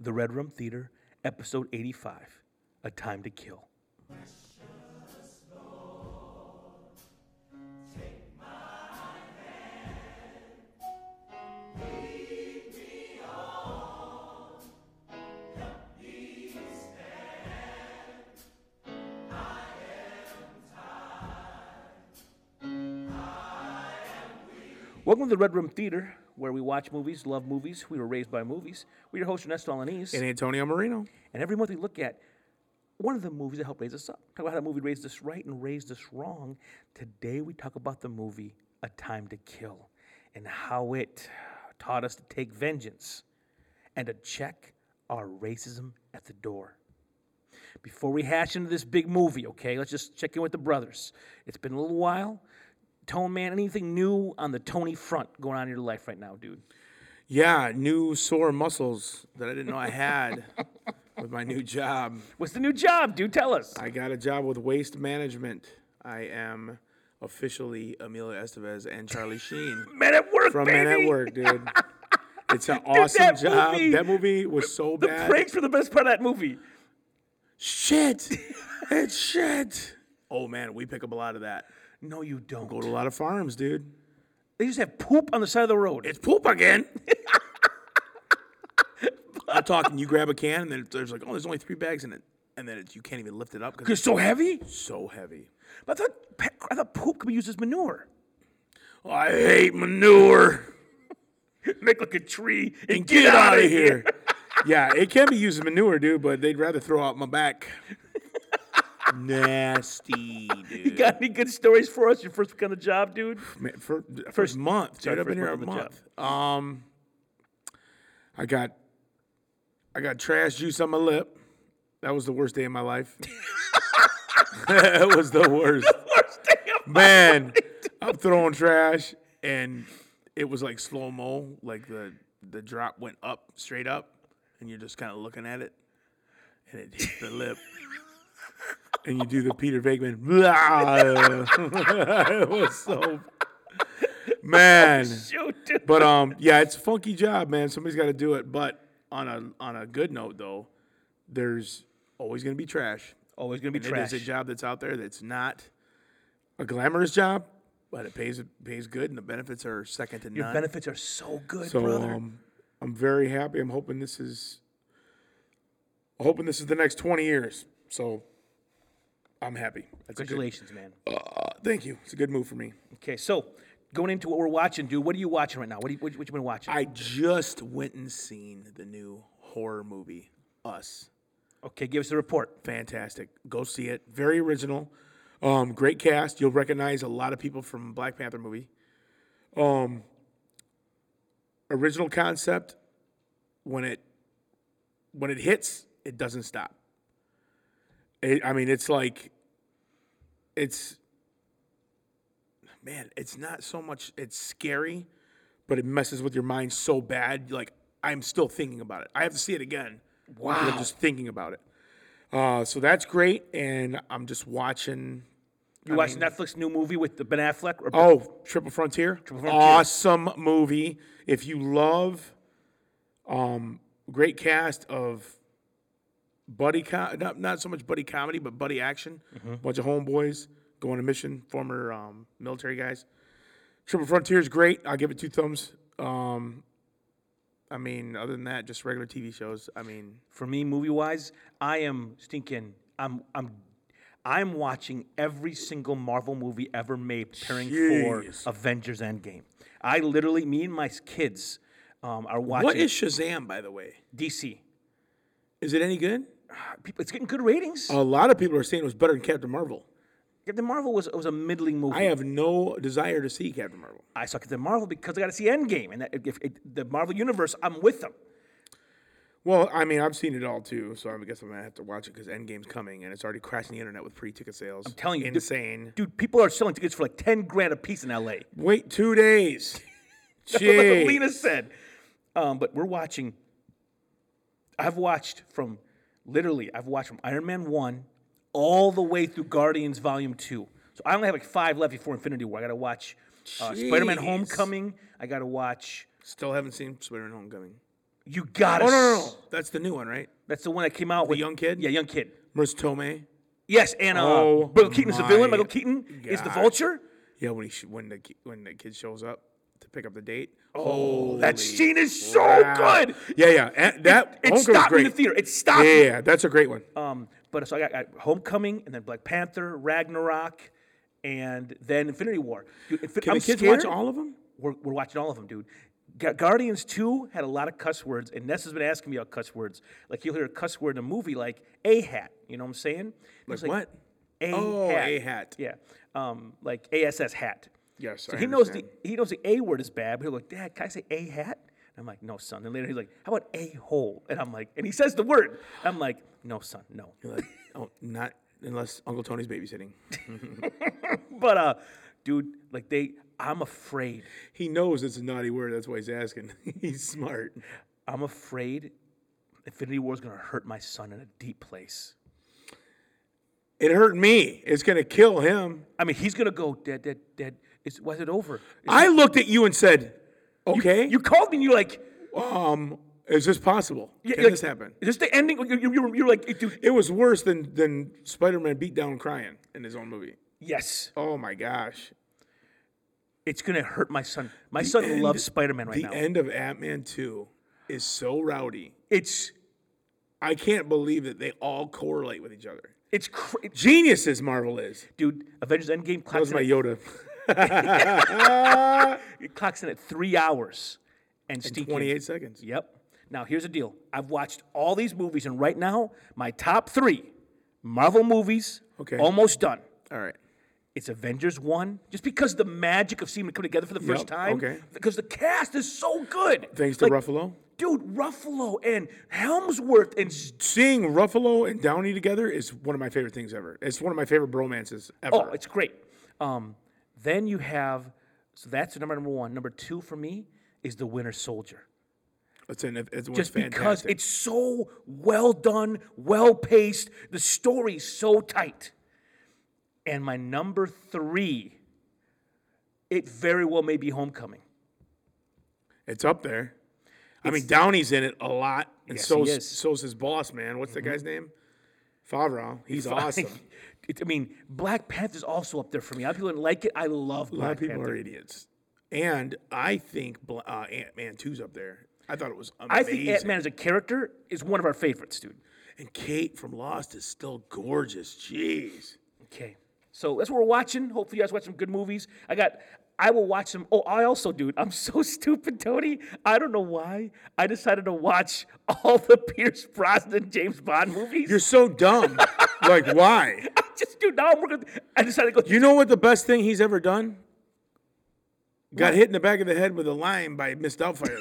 The Red Room Theater, Episode 85 A Time to Kill. Welcome to the Red Room Theater, where we watch movies, love movies, we were raised by movies. We're your host, Ernesto Alanese. and Antonio Marino. And every month we look at one of the movies that helped raise us up. Talk about how the movie raised us right and raised us wrong. Today we talk about the movie A Time to Kill and how it taught us to take vengeance and to check our racism at the door. Before we hash into this big movie, okay, let's just check in with the brothers. It's been a little while. Tone Man, anything new on the Tony front going on in your life right now, dude? Yeah, new sore muscles that I didn't know I had with my new job. What's the new job, dude? Tell us. I got a job with waste management. I am officially Emilio Estevez and Charlie Sheen Men at work, from baby. Men at Work, dude. It's an awesome that job. movie- that movie was so The bad. pranks were the best part of that movie. shit. it's shit. Oh man, we pick up a lot of that. No, you don't. Go to a lot of farms, dude. They just have poop on the side of the road. It's poop again. I'm talking. You grab a can, and then there's like, oh, there's only three bags in it, and then it's, you can't even lift it up because It's so heavy. it's so heavy. But I thought, pe- I thought poop could be used as manure. Oh, I hate manure. Make like a tree and, And get out of here. yeah, it can be used as manure, dude, but they'd rather throw out my back. Nasty, You dude. got any good stories for us? Your first week on the job, dude. Man, for, first month, dude. sorry, I've been first here a month on month. Um, I got, I got trash juice on my lip. That was the worst day of my life. that was the worst. Worst day of my- Man, I'm throwing trash, and it was like slow mo. Like the the drop went up, straight up, and you're just kind of looking at it, and it hits the lip. And you do the Peter Venkman. it was so man. Shoot, dude. But um, yeah, it's a funky job, man. Somebody's got to do it. But on a on a good note, though, there's always gonna be trash. Always gonna be It is trash. a job that's out there that's not a glamorous job, but it pays it pays good, and the benefits are second to none. Benefits are so good, so brother. um, I'm very happy. I'm hoping this is I'm hoping this is the next 20 years. So I'm happy. That's a good, Congratulations, man. uh, thank you. It's a good move for me. Okay, so going into what we're watching, dude. What are you watching right now? What, do you, what, you- what you been watching? I just went and seen the new horror movie Us. okay, give us the report. fantastic. Go see it. Very original. Um, great cast. You'll recognize a lot of people from Black Panther movie. Um, original concept. When it when it hits, it doesn't stop. It, I mean, it's like it's man, it's not so much. It's scary, but it messes with your mind so bad. Like I'm still thinking about it. I have to see it again. Wow, I'm just thinking about it. Uh, so that's great, and I'm just watching. You watched Netflix new movie with the Ben Affleck? Or Oh, Triple Frontier, Frontier. awesome movie. If you love, um, great cast of buddy, co- not not so much buddy comedy, but buddy action. Bunch of homeboys going on a mission, former um, military guys. Triple Frontier is great. I'll give it two thumbs. Um, I mean, other than that, just regular TV shows. I mean, for me movie wise i am stinking i'm i'm i'm watching every single marvel movie ever made preparing Jeez. for avengers endgame i literally me and my s- kids um, are watching what is Shazam, by the way? dc Is it any good? People, it's getting good ratings A lot of people are saying it was better than Captain Marvel. captain marvel was, was a middling movie I have no desire to see Captain Marvel. i saw captain marvel because i got to see endgame and that, if it, the marvel universe i'm with them Well, I mean, I've seen it all too, so I guess I'm gonna have to watch it because Endgame's coming, and it's already crashing the internet with pre-ticket sales. I'm telling you, dude- insane. dude people are selling tickets for like 10 grand a piece in la Wait two days. That's what Jeez. Lena said. Um, but we're watching. I've watched from literally. I've watched from Iron Man one all the way through Guardians Volume two. So I only have like five left before Infinity War. I got to watch uh, Spider Man Jeez. Homecoming. I got to watch. Still haven't seen Spider-Man: Homecoming. You gotta. Oh no, no, s- no! That's the new one, right? That's the one that came out with young kid? Yeah, young kid. Marissa Tomei. Yes, and uh, Oh Michael Keaton is the villain. my Michael Keaton is the gosh. vulture. Yeah, when he sh- when the ki- when the kid shows up to pick up the date. That Holy scene is oh, so crap. good. Yeah, yeah. And that It Homecoming's stopped me great. in the theater. It stopped. Yeah, me. yeah, yeah, that's a great one. Um, but so I got, I got Homecoming, and then Black Panther, Ragnarok, and then Infinity War. Dude, Infin- Can I'm the kids scared. watch all of them? We're, we're watching all of them, dude. Gu- Guardians 2 had a lot of cuss words, and Ness has been asking me about cuss words. Like, you'll hear a cuss word in a movie like A hat. You know what I'm saying? Like, what? A Oh, hat. A-hat. Yeah. Um, like ASS hat. Yes, So I he knows the understand. he knows the A word is bad, but he'll like, Dad, can I say A hat? And I'm like, no, son. And later he's like, how about a hole? And I'm like, and he says the word. I'm like, no, son, no. oh, not unless Uncle Tony's babysitting. But uh, dude, like they, I'm afraid. He knows it's a naughty word. That's why he's asking. he's smart. I'm afraid Infinity War is gonna hurt my son in a deep place. It hurt me. It's gonna kill him. I mean, he's gonna go, Dad, Dad, Dad. Is was it over? Is- I looked at you and said, "Okay, you called me and you're like, um, is this possible? yeah, Can like, this happen?" Is this the ending? You, you, you're, you're like, dude, It was worse than than Spider-Man beat down crying in his own movie. yes, Oh my gosh. it's gonna hurt my son. My son loves Spider-Man right The now. end of Ant-Man 2 is so rowdy. It's I can't believe that they all correlate with each other. it's cra- Geniuses Marvel is. dude. Avengers Endgame That was clocks, my in Yoda. at, it clocks in at three hours, and, Steve. 28 seconds. Yep. Now here's the deal. I've watched all these movies, and right now my top three Marvel movies, Okay. almost done. All right. It's Avengers one, just because the magic of seeing them come together for the first Yep, time. okay. Because the cast is so good. Thanks to Like, Ruffalo. dude, Ruffalo and Helmsworth and s- Seeing Ruffalo and Downey together is one of my favorite things ever. It's one of my favorite bromances ever. Oh, it's great. Um, then you have so that's number number one. Number two for me is the Winter Soldier, it's an, it's one's just because fantastic. it's so well done, well paced. The story's so tight. And my number three, it very well may be Homecoming. it's up there. I mean, Downey's in it a lot, and Yes, so's, he is. Mm-hmm. so's his boss, man. What's the guy's name? Favreau. He's awesome. It- I mean, Black Panther's also up there for me. A lot of people didn't like it. I love A lot Black of people Panther. are idiots. And I think Bla- uh, Ant Man 2's up there. I thought it was I amazing. think Ant Man as a character is one of our favorites, dude. and Kate from Lost is still gorgeous. Jeez. Okay. So that's what we're watching. Hopefully you guys watch some good movies. I got I will watch some oh I also dude, I'm so stupid, Tony. I don't know why. I decided to watch all the Pierce Brosnan James Bond movies. You're so dumb. like, why? just dude, now I'm working I decided to go You know what the best thing he's ever done? Got hit in the back of the head with a lime by Miss Doubtfire.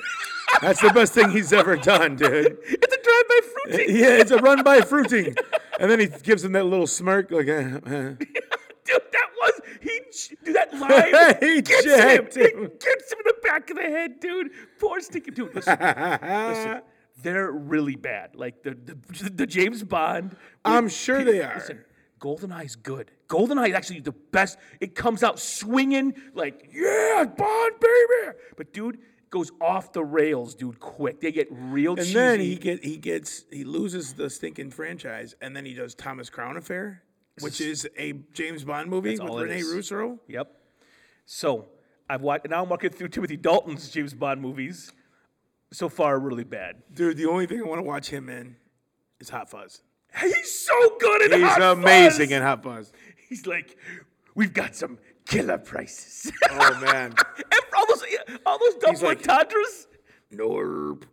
That's the best thing he's ever done, dude. it's a drive by fruity. Yeah, it's a run by fruiting. And then he gives him that little smirk, like, eh, eh. Dude, that was he j- dude that line He gets him. jacked him. It gets him in the back of the head, dude. Poor stinking dude. Listen, listen, they're really bad. Like the the, the James Bond. I'm sure they are. Listen, GoldenEye is good. GoldenEye is actually the best. It comes out swinging, like, yeah, Bond, baby. But, dude, it goes off the rails, dude, quick. They get real And cheesy. then he get he gets he loses the stinking franchise, and then he does Thomas Crown Affair, which is a James Bond movie with all it Rene is. Russo. yep. So, I've watched, now I'm walking through Timothy Dalton's James Bond movies. So far, really bad. Dude, the only thing I want to watch him in is Hot Fuzz. He's so good at He's Hot Fuzz. amazing in Hot Fuzz. He's like, we've got some killer prices. Oh man, And all those, all those double like- entendres. Norp,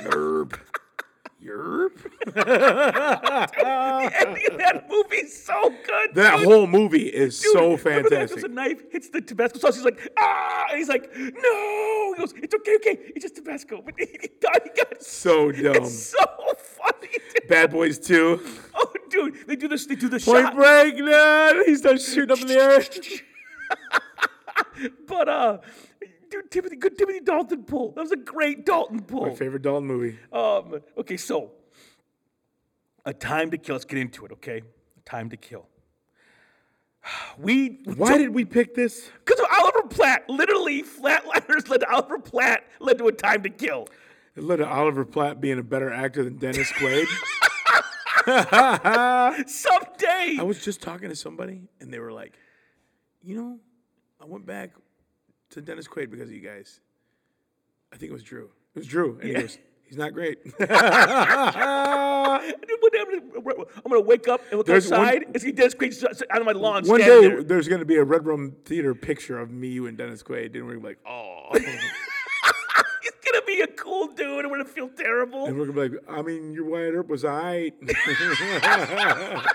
Nerp, Yerp. the ending of that movie's so good. That dude. whole movie is Dude, so remember that goes fantastic. a knife hits the Tabasco sauce. He's like, ah! And he's like, no! He goes, it's okay, okay. It's just Tabasco. But he, he died. He got so, So dumb. so funny. dude. Bad Boys Two. Oh, dude, they do this. They do the Point shot. Break. No, he starts shooting up in the air. But uh, dude, Timothy, good Timothy Dalton pull. That was a great Dalton My pull. favorite Dalton movie. Um, okay, so a time to kill. Let's get into it, okay? A time to kill. We Why did we pick this? Because of Oliver Platt. Literally, Flatliners led to Oliver Platt, led to a time to kill. It led to Oliver Platt being a better actor than Dennis Quaid. Someday. I was just talking to somebody, and they were like, "You know, I went back to Dennis Quaid because of you guys. I think it was Drew. It was Drew, and he goes, he's not great. What happened to- I'm gonna wake up and look There's one- outside and see Dennis Quaid s- out of my lawn One day, standing there. there's going to be a Red Room Theater picture of me, you, and Dennis Quaid, and we're gonna be like, oh, He's gonna be a cool dude, and we're gonna feel terrible. and we're gonna be like, I mean, your Wyatt Earp was I. if,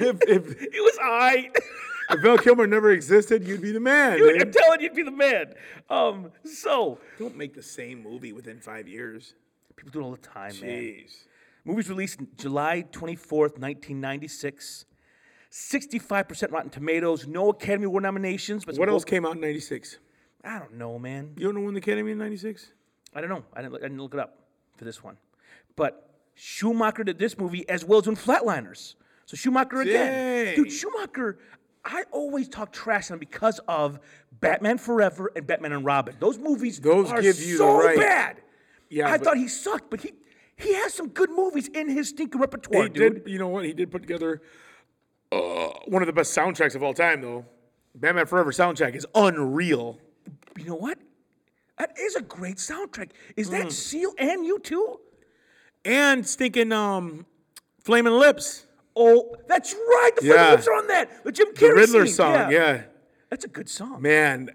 if It was I. if Val Kilmer never existed, you'd be the man. Dude, I'm dude. telling you, you'd be the man. Um, so Don't make the same movie within five years. people do it all the time, man. Jeez. Movies released in July 24th, 1996. 65% Rotten Tomatoes, no Academy Award nominations. But some What else gold- came out in '96? I don't know, man. You don't know when the Academy in '96? I don't know. I didn't, look- I didn't look it up for this one. But Schumacher did this movie as well as in Flatliners. So Schumacher again. Dang. Dude, Schumacher, I always talk trash on him because of Batman Forever and Batman and Robin. Those movies Those are give you the so right- bad. Yeah, I but- thought he sucked, but he he has some good movies in his stinking He repertoire, dude. did. You know what? He did put together uh, one of the best soundtracks of all time, though. Batman Forever soundtrack is unreal. You know what? That is a great soundtrack. Is that Mm. Seal and you too? and stinking um, flaming lips. Oh, that's right. The Yeah. yeah. lips are on that. The Jim Carrey The Riddler scene. song, yeah. That's a good song. man,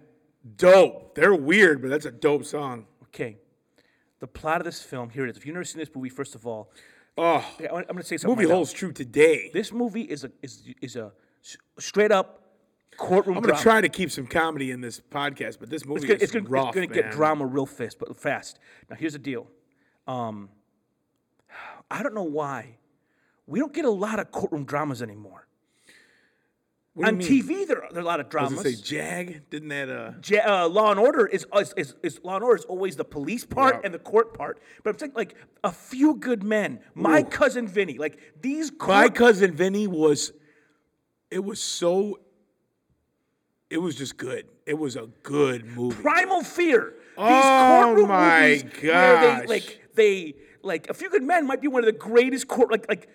dope. They're weird, but that's a dope song. Okay. The plot of this film, here it is. If you've never seen this movie, first of all, Oh, okay, I want- I'm going to say something. movie right now. holds true today. This movie is a is is a s- straight up courtroom I'm gonna drama. try to keep some comedy in this podcast, but this movie it's gonna, is it's gonna, rough, it's gonna get man. drama real fast, but fast. Now here's the deal. Um, I don't know why we don't get a lot of courtroom dramas anymore. What do you On mean? TV, there are, there are a lot of I was dramas. gonna say Jag. Didn't that uh? Ja- uh, Law and Order is, is, is, is Law and Order is always the police part Yeah. and the court part. But I'm saying like a few good men, my cousin Vinny, like these My court, cousin Vinny was. It was so. It was just good. It was a good movie. primal fear. These Oh courtroom my movies where they gosh. like they like a few good men might be one of the greatest court like like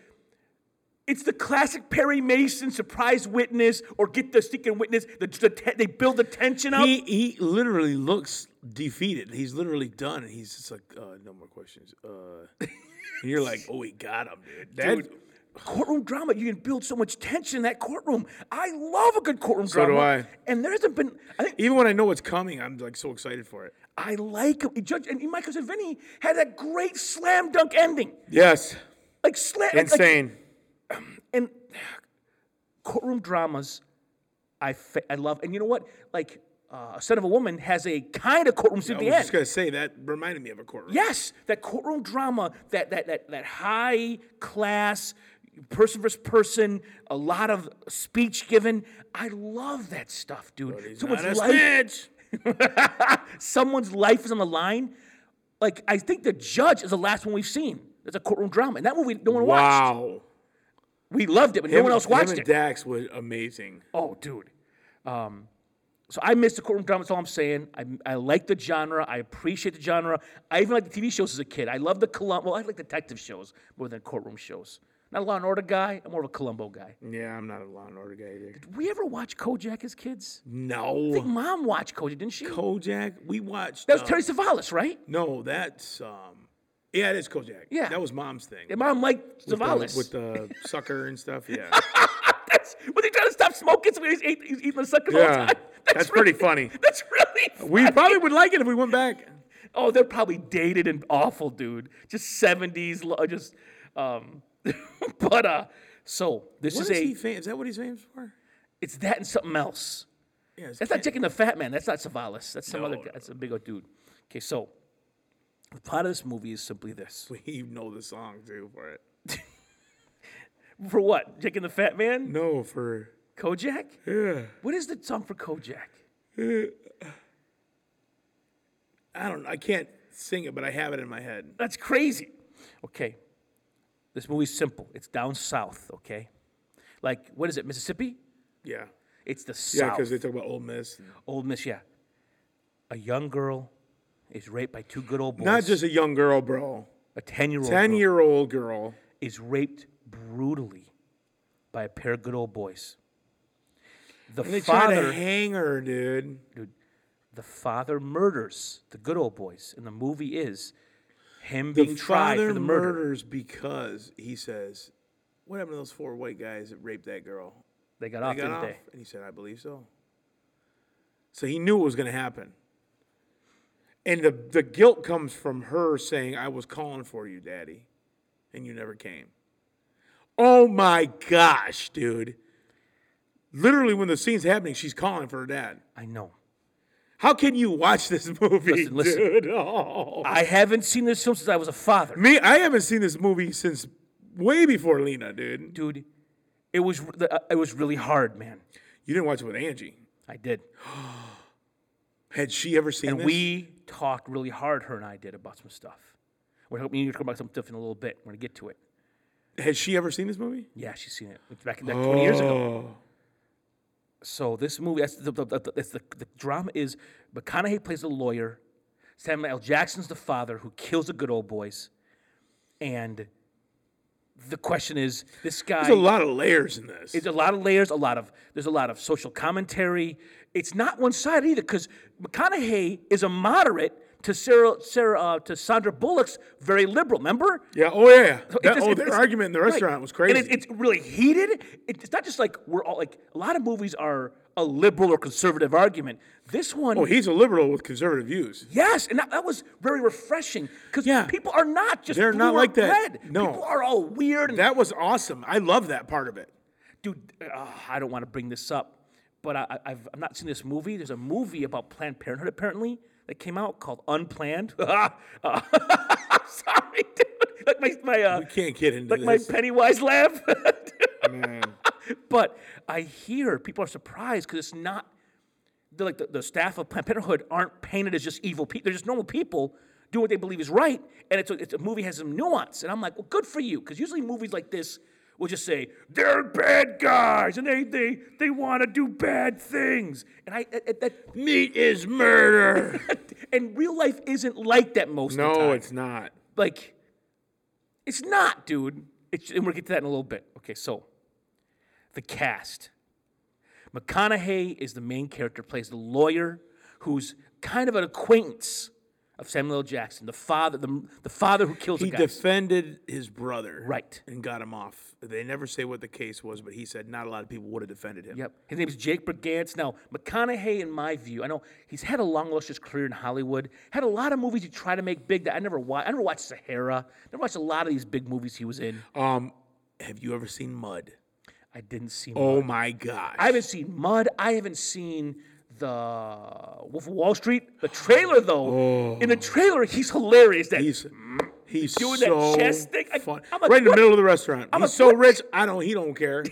it's the classic Perry Mason surprise witness or get the stinking witness. The, the te- they build the tension up. He he literally looks defeated. He's literally done, and he's just like, uh, no more questions. Uh, and you're like, oh, we got him, dude. That, Dude, courtroom drama. You can build so much tension in that courtroom. I love a good courtroom do drama. I. And there hasn't been. I think Even when I know what's coming, I'm like so excited for it. I like Judge and Michael Vinny had that great slam dunk ending, Yes, like slam. like- like- insane. and courtroom dramas, I fa- I love. And you know what? Like uh, Son of a Woman has a kind of courtroom scene at I the was end. just gonna say that reminded me of a courtroom. Yes, that courtroom drama, that that that that high class person versus person, a lot of speech given. I love that stuff, dude. Not a life, snitch. someone's life is on the line. Like I think the judge is the last one we've seen. That's a courtroom drama, and that movie no one watched. Wow. We loved it, but no one else watched him and it. Dax was amazing. Oh, dude. Um, so I missed the courtroom drama. That's all I'm saying. I, I like the genre. I appreciate the genre. I even liked the TV shows as a kid. I love the Columbo. Well, I like detective shows more than courtroom shows. Not a Law and Order guy. I'm more of a Columbo guy. Yeah, I'm not a Law and Order guy either. Did we ever watch Kojak as kids? No. Mom watched Kojak, didn't she? Kojak. We watched. that was uh, Terry Savalas, right? no, that's um. Yeah, it is Kojak. Yeah. that was Mom's thing. And Mom liked the- Savalas. with the sucker and stuff. Yeah, That's when they trying to stop smoking. So he's, ate, he's eating the suckers all the Yeah. time. That's, That's pretty funny. That's really. we funny. probably would like it if we went back. Oh, they're probably dated and awful, dude. Just seventies, just. Um, but uh, so this What is is a. he fam- Is that what he's famous for? It's that and something else. Yeah, it's That's not Chicken the Fat Man. That's not Savalas. That's some other guy. That's a big old dude. Okay, so the plot of this movie is simply this. you know the song too for it. For what? Chicken the Fat Man? No, for Kojak? yeah. What is the song for Kojak? I don't. I can't sing it, but I have it in my head. That's crazy. Okay. This movie's simple. It's down south, okay? Like, what is it, Mississippi? Yeah, It's the yeah, South. because they talk about Ole Miss. Old Miss, yeah. A young girl is raped by two good old boys. Not just a young girl, bro. a 10 year old. 10 year old girl. is raped brutally by a pair of good old boys. The And they tried to father, hang her, dude. dude, the father murders the good old boys, and the movie is him The being tried father for the murder. murders because he says, What happened to those four white guys that raped that girl? They got off, They got didn't off. they? And he said, I believe so. So he knew it was going to happen. And the, the guilt comes from her saying, I was calling for you, daddy, and you never came. Oh my gosh, dude. Literally, when the scene's happening, she's calling for her dad. I know. How can you watch this movie, Listen, listen. dude? Oh. I haven't seen this film since I was a father. Me, I haven't seen this movie since way before Lena, dude. Dude, it was r- the- uh, it was really hard, man. You didn't watch it with Angie. I did. Had she ever seen And this? we talked really hard, her and I did, about some stuff. We're hoping you to come back to some stuff in a little bit. We're going to get to it. Had she ever seen this movie? Yeah, she's seen it It's back, back 20 years ago. Oh. So this movie, that's the, the, the, that's the, the drama is McConaughey plays a lawyer. Samuel L. Jackson's the father who kills the good old boys. And the question is, this guy, There's a lot of layers in this. there's a lot of layers, a lot of, there's a lot of social commentary. It's not one sided either because McConaughey is a moderate to Sarah, Sarah uh, to Sandra Bullock's very liberal, remember? yeah. Oh yeah. It That- just- oh, it- their it's- argument in the right. restaurant was crazy. And it's, it's really heated. It, it's not just like we're all like a lot of movies are a liberal or conservative argument. This one, well, Oh, he's a liberal with conservative views. yes, and that, that was very refreshing because Yeah. people are not just They're blue not or like that. red. No. people are all weird. And, That was awesome. I love that part of it. dude, uh, I don't want to bring this up, but I, I- I've, I've not seen this movie. There's a movie about Planned Parenthood apparently that came out called Unplanned. Uh, sorry, dude. Like my my uh, We can't get into like my this. Pennywise laugh. but I hear people are surprised because it's not. They're like the, the staff of Planned Parenthood aren't painted as just evil people. They're just normal people doing what they believe is right, and it's a, it's a movie has some nuance. And I'm like, well, good for you, because usually movies like this will just say they're bad guys and they they they want to do bad things. And I, I, I that Meat is murder. and real life isn't like that most of the time no, it's not. like it's not dude it's, and we'll get to that in a little bit okay so the cast mcconaughey is the main character plays the lawyer who's kind of an acquaintance of samuel L. jackson the father the, the father who kills He the guy defended his brother. right And got him off. They never say what the case was, but he said not a lot of people would have defended him. Yep. His name is Jake Brigance. Now, McConaughey, in my view, I know he's had a long, illustrious career in Hollywood, had a lot of movies he tried to make big that I never watched. I never watched Sahara, never watched a lot of these big movies he was in. Um, have you ever seen Mud? I didn't see Oh my gosh. I haven't seen Mud. I haven't seen the Wolf of Wall Street. The trailer, though, in the trailer, he's hilarious. That Oh. He's he's Doing that so chest thing. I- fun. I'm right like, in the what? middle of the restaurant. a- he's so rich. I don't. He don't care.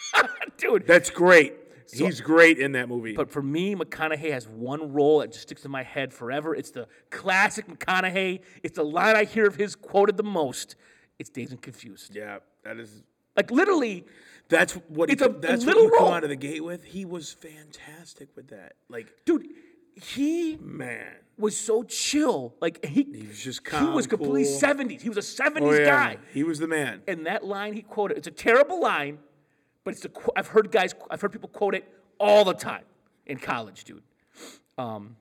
dude. That's great. he's great in that movie. but for me, McConaughey has one role that just sticks in my head forever. It's the classic McConaughey. It's the line I hear of his quoted the most. It's Dazed and Confused. yeah, that is. Like literally, That's what. He, It's a- a that's little what you come role. out of the gate with. He was fantastic with that. Like dude, he man, was so chill. Like he, he was just He was calm, completely cool. 70s. He was a 70s Oh, yeah. guy. He was the man. and that line he quoted it's a terrible line but it's a qu- i've heard guys i've heard people quote it all the time in college dude um,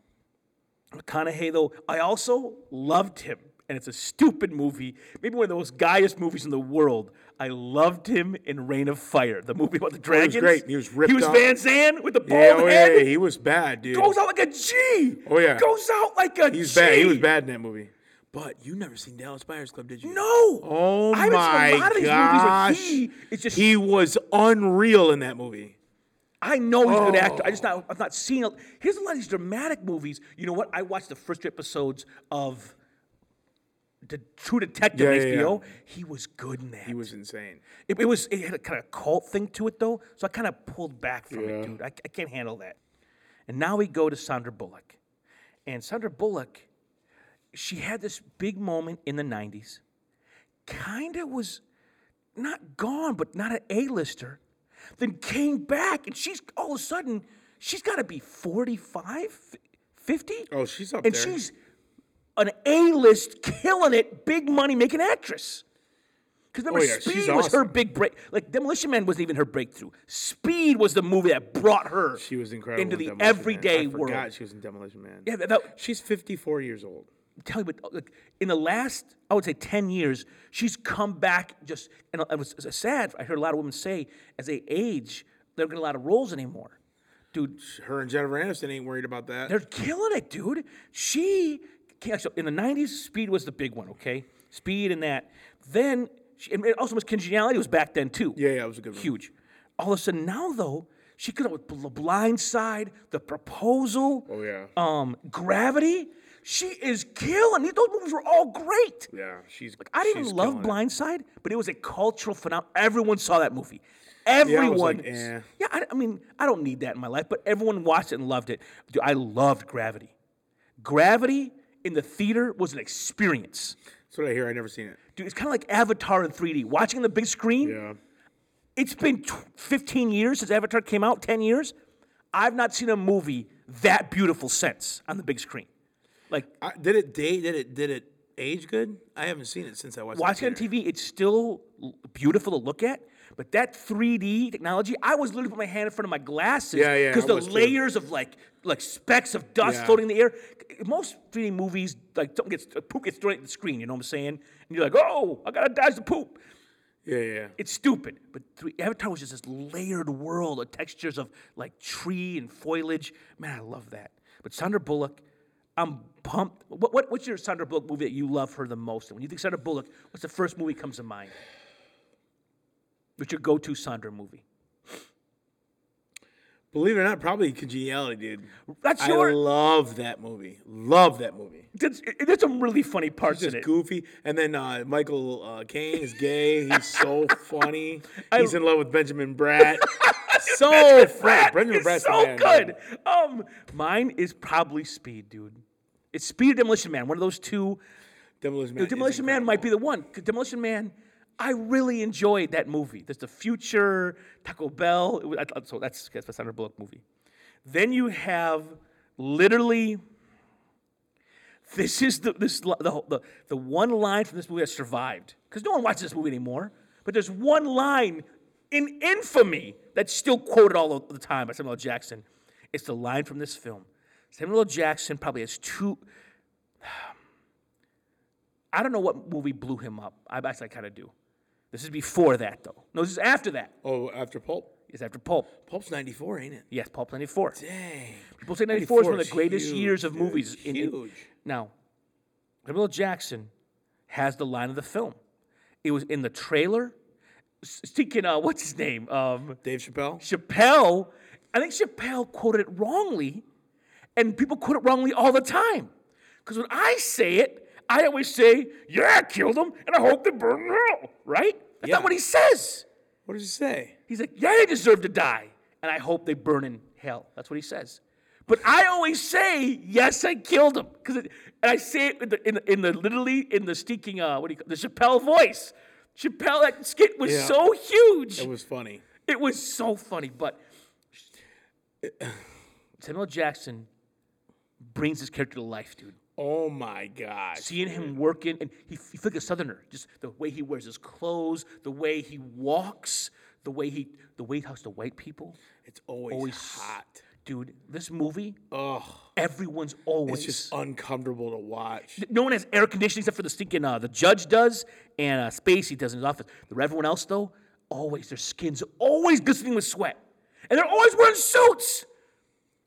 mcconaughey though i also loved him and it's a stupid movie maybe one of the most guyest movies in the world i loved him in rain of fire the movie about the dragons great. Oh, He was ripped he was up. van zandt with the bald Yeah, oh head yeah, he was bad, dude. goes out like a g Oh, yeah. goes out like a He's G. bad. He was bad in that movie. But you never seen Dallas Buyers Club, did you? no Oh I haven't my seen a lot of these gosh. movies where he is just He was unreal in that movie. I know he's a good actor. I just Oh. not I've not seen. A, here's a lot of these dramatic movies. You know what? I watched the first two episodes of the True Detective Yeah, on yeah, yeah. HBO. He was good in that. He was insane. it, it was it had a kind of cult thing to it though, so I kind of pulled back from Yeah. it, dude. I, I can't handle that. And now we go to Sandra Bullock, and Sandra Bullock, she had this big moment in the '90s. Kind of was not gone, but not an A-lister. Then came back, and she's all of a sudden she's got to be 45, 50. Oh, she's up and there. she's an A-list, killing it, big money making actress. Because remember, Oh, yeah, Speed she's was her awesome. big break. Like Demolition Man wasn't even her breakthrough. Speed was the movie that brought her She was incredible. into in the Demolition Man. everyday I world. forgot she was in Demolition Man. Yeah, that, that, She's 54 years old. tell you, but like, in the last, I would say, 10 years, she's come back just, and it was it's sad. I heard a lot of women say as they age, they're getting a lot of roles anymore. Dude, Her and Jennifer Aniston ain't worried about that. they're killing it, dude. She, okay, so in the 90s, speed was the big one, okay? Speed and that. Then, she, and also Miss Congeniality was back then, too. yeah, yeah, it was a good one. Huge. All of a sudden, now, though, she could have with the blind side, the proposal Oh yeah, um, Gravity. She is killing. These- Those movies were all great. yeah. She's. Like, I didn't love Blindside, but it was a cultural phenomenon. Everyone saw that movie. Everyone. like, eh. Yeah, I, I mean, I don't need that in my life, but everyone watched it and loved it. Dude, I loved Gravity. Gravity in the theater was an experience. That's what I hear. I never seen it. Dude, it's kind of like Avatar in 3D. Watching the big screen, Yeah. it's been tw 15 years since Avatar came out, 10 years. I've not seen a movie that beautiful since on the big screen. Like, I, did it date? Did it? Did it age good? I haven't seen it since I watched. watching it. on TV, it's still l- beautiful to look at. But that 3D technology, I was literally putting my hand in front of my glasses Yeah, yeah, I the was too. layers of like like specks of dust Yeah. floating in the air. Most 3D movies like something gets poop gets thrown at the screen. You know what I'm saying? And you're like, oh, I gotta dodge the poop. Yeah, yeah. It's stupid. But three, Avatar was just this layered world of textures of like tree and foliage. Man, I love that. But Sandra Bullock, I'm pumped. What, what what's your Sandra Bullock movie that you love her the most? And when you think Sandra Bullock, what's the first movie that comes to mind? What's your go-to Sandra movie? Believe it or not, probably Congeniality did. That's I your- love that movie. Love that movie. There's, it- there's some really funny parts in Just it. goofy, and then uh, Michael uh, Caine is gay. He's so funny. He's in love with Benjamin Bratt. so funny. Brad Benjamin is Bratt's the so man, man. good. Um, mine is probably Speed, dude. It's Speed or Demolition Man. One of those two. Demolition Man. is Demolition Man might be the one. 'cause Demolition Man, I really enjoyed that movie. There's the future, Taco Bell. It was- I- I- so that's that's a Sandra Bullock movie. Then you have literally. This is the this li- the whole- the, the one line from this movie that survived because no one watches this movie anymore. But there's one line in infamy that's still quoted all of the time by Samuel L. Jackson. It's the line from this film. Samuel L. Jackson probably has two. I don't know what movie blew him up. I, I kind of do. This is before that, though. No, this is after that. Oh, after Pulp. It's after Pulp. Pulp's ninety four, ain't it? Yes, Pulp 94. Dang. People say 94 is one of 94 the is greatest huge, years of dude. movies. in- in- Huge. now, Samuel L. Jackson has the line of the film. It was in the trailer. S- Speaking, uh, what's his name? Um, Dave Chappelle. Chappelle. I think Chappelle quoted it wrongly, and people quote it wrongly all the time. Because when I say it, I always say, "Yeah, I killed him, and I hope they burn in hell." Right? That's Yeah. not what he says. What does he say? He's like, yeah, they deserve to die, and I hope they burn in hell. That's what he says. But I always say, yes, I killed him, because and I say it in the, in, the- in the literally in the stinking uh, what do you call the Chappelle voice. Chappelle that skit was Yeah. so huge. It was funny. It was so funny, but Samuel Jackson brings his character to life, dude. Oh my gosh. Seeing him working, and he, he feels like a southerner. Just the way he wears his clothes, the way he walks, the way he the way he talks to white people, It's always, Always hot. dude. This movie, Ugh. everyone's always It's just uncomfortable to watch. no one has air conditioning except for the stinking uh, the judge does and uh, Spacey does in his office. The everyone else though, always their skins always glistening with sweat, and they're always wearing suits,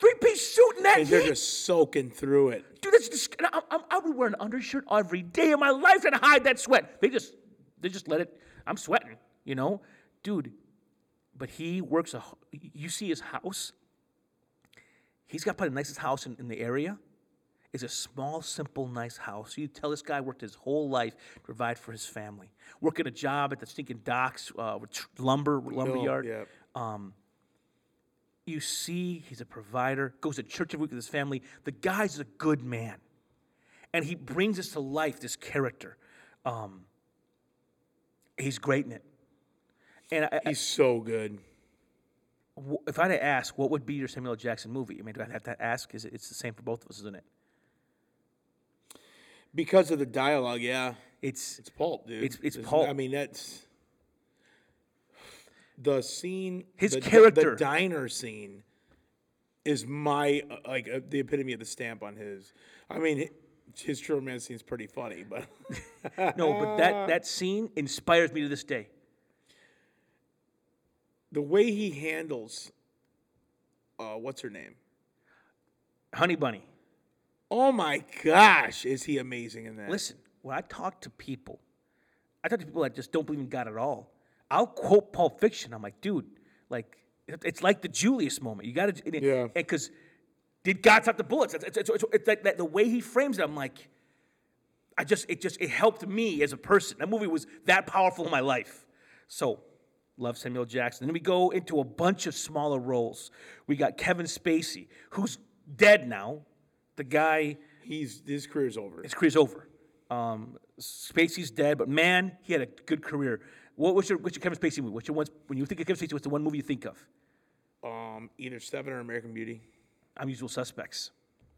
three piece suit in that And they're heat. just soaking through it. Dude, that's just, I, I, I would wear an undershirt every day of my life and hide that sweat. They just they just let it. I'm sweating, you know, dude. But he works a. h- You see his house. He's got probably the nicest house in, in the area. It's a small, simple, nice house. You tell this guy worked his whole life to provide for his family, working a job at the stinking docks uh, with tr- lumber lumber Oh, yard Uh, yeah. you see he's a provider, goes to church every week with his family. The guy's a good man. And he brings this to life, this character. Um, he's great in it. And I, I, He's so good. w- if I had to ask, what would be your Samuel L. Jackson movie? I mean, do I have to ask? Is it, it's the same for both of us, isn't it? Because of the dialogue, yeah. It's It's pulp, dude. It's- it's There's no- pulp. I mean, that's the scene. His the, the- character. the diner scene, is my uh, like uh, the epitome of the stamp on his. I mean, hi- his true romance scene's pretty funny, but no, but that that scene inspires me to this day. the way he handles, uh, what's her name? Honey Bunny. Oh my gosh, is he amazing in that? Listen, when I talk to people, I talk to people that just don't believe in God at all. I'll quote Pulp Fiction. I'm like, dude, like it- it's like the Julius moment. You got to, Yeah. Because did God stop the bullets? It's, it's, it's, it's, it's like that, the way he frames it. I'm like, I just it just it helped me as a person. That movie was that powerful in my life. So love Samuel Jackson. Then we go into a bunch of smaller roles. We got Kevin Spacey, who's dead now. The guy He's his career's over. his career's over. Um, Spacey's dead, but man, he had a good career. What was your what's your Kevin Spacey movie? What's your one, when you think of Kevin Spacey? What's the one movie you think of? Um, either Seven or American Beauty. Unusual Suspects.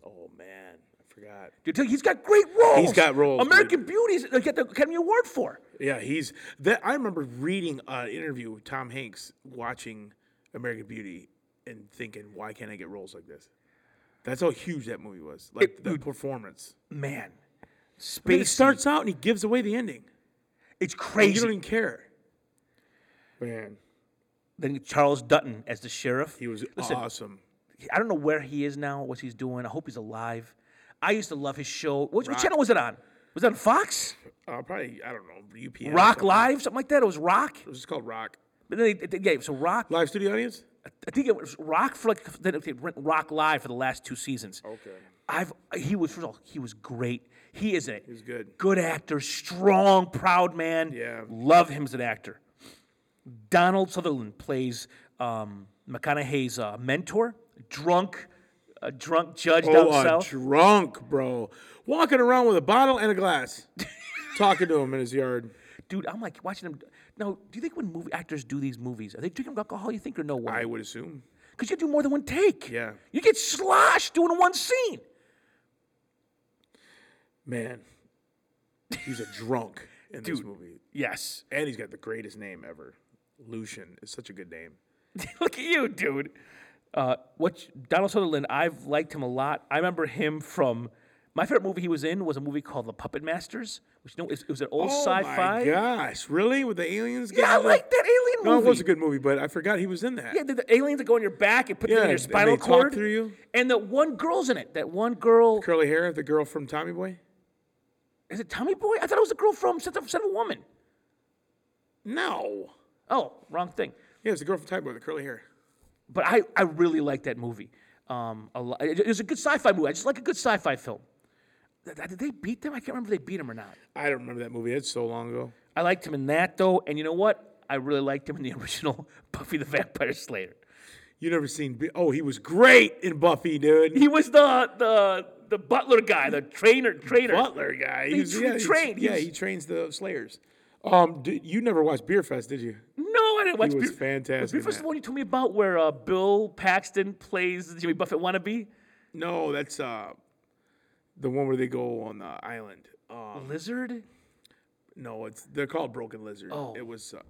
Oh man, I forgot. Dude, he's got great roles. got roles, dude. American Beauty is- they get the Academy Award for. Yeah, he's that. I remember reading uh, an interview with Tom Hanks watching American Beauty and thinking, why can't I get roles like this? That's how huge that movie was. Like the performance. Man, Spacey, I mean, it starts out and he gives away the ending. it's You don't crazy. even care. Man, Then Charles Dutton as the sheriff. he was awesome. I don't know where he is now, what he's doing. I hope he's alive. I used to love his show. What, what channel was it on? Was it on Fox? Uh, probably I don't know UPN. or Rock something. Live, something like that. It was Rock. It was just called Rock But then they, they, yeah, so Rock Live Studio Audience. I think it was Rock for like then it went Rock Live for the last two seasons. Okay. I've he was first of all he was great. He is a He's good. good actor, strong, proud man. Yeah. love him as an actor. Donald Sutherland plays um, McConaughey's uh, mentor, drunk, a drunk judge down Oh, a south. drunk bro, walking around with a bottle and a glass, talking to him in his yard. Dude, I'm like watching him. Now, do you think when movie actors do these movies, are they drinking alcohol? You think or no way? I would assume. Because you do more than one take. Yeah. you get sloshed doing one scene. Man, he's a drunk in this Dude. movie, Yes, and he's got the greatest name ever. Lucian is such a good name. Look at you, dude. Uh, what Donald Sutherland? I've liked him a lot. I remember him from my favorite movie he was in was a movie called The Puppet Masters, which no, it, it was an old Oh my sci-fi. gosh, really? With the aliens? Yeah, I getting the- like that alien No, movie. it was a good movie, but I forgot he was in that. yeah, the, the aliens that go on your back and put them Yeah, in your and they spinal talk cord. through you. And the one girl's in it. That one girl Curly hair, the girl from Tommy Boy. is it Tommy Boy? I thought it was the girl from Set of, Set of a Woman. No. Oh, wrong thing. Yeah, it's the girl from Tommy Boy, the curly hair. But I, I really like that movie. Um, a lot. It, it was a good sci-fi movie. I just like a good sci-fi film. Th- th- Did they beat them? I can't remember if they beat them or not. I don't remember that movie. It's so long ago. I liked him in that though, and you know what? I really liked him in the original Buffy the Vampire Slayer. You never seen? B- oh, he was great in Buffy, dude. He was the the the butler guy, the trainer trainer. Butler guy. He, was- tra- yeah, he's- trained. Yeah, He's- he trains the Slayers. Um, d you never watched Beer Fest, did you? No, I didn't watch. He was Beer- fantastic Beer in Fest is that. the one you told me about where uh, Bill Paxton plays the Jimmy Buffett wannabe No, that's uh, the one where they go on the island. Uh, lizard. no, it's they're called Broken Lizard. Oh. It was. Uh,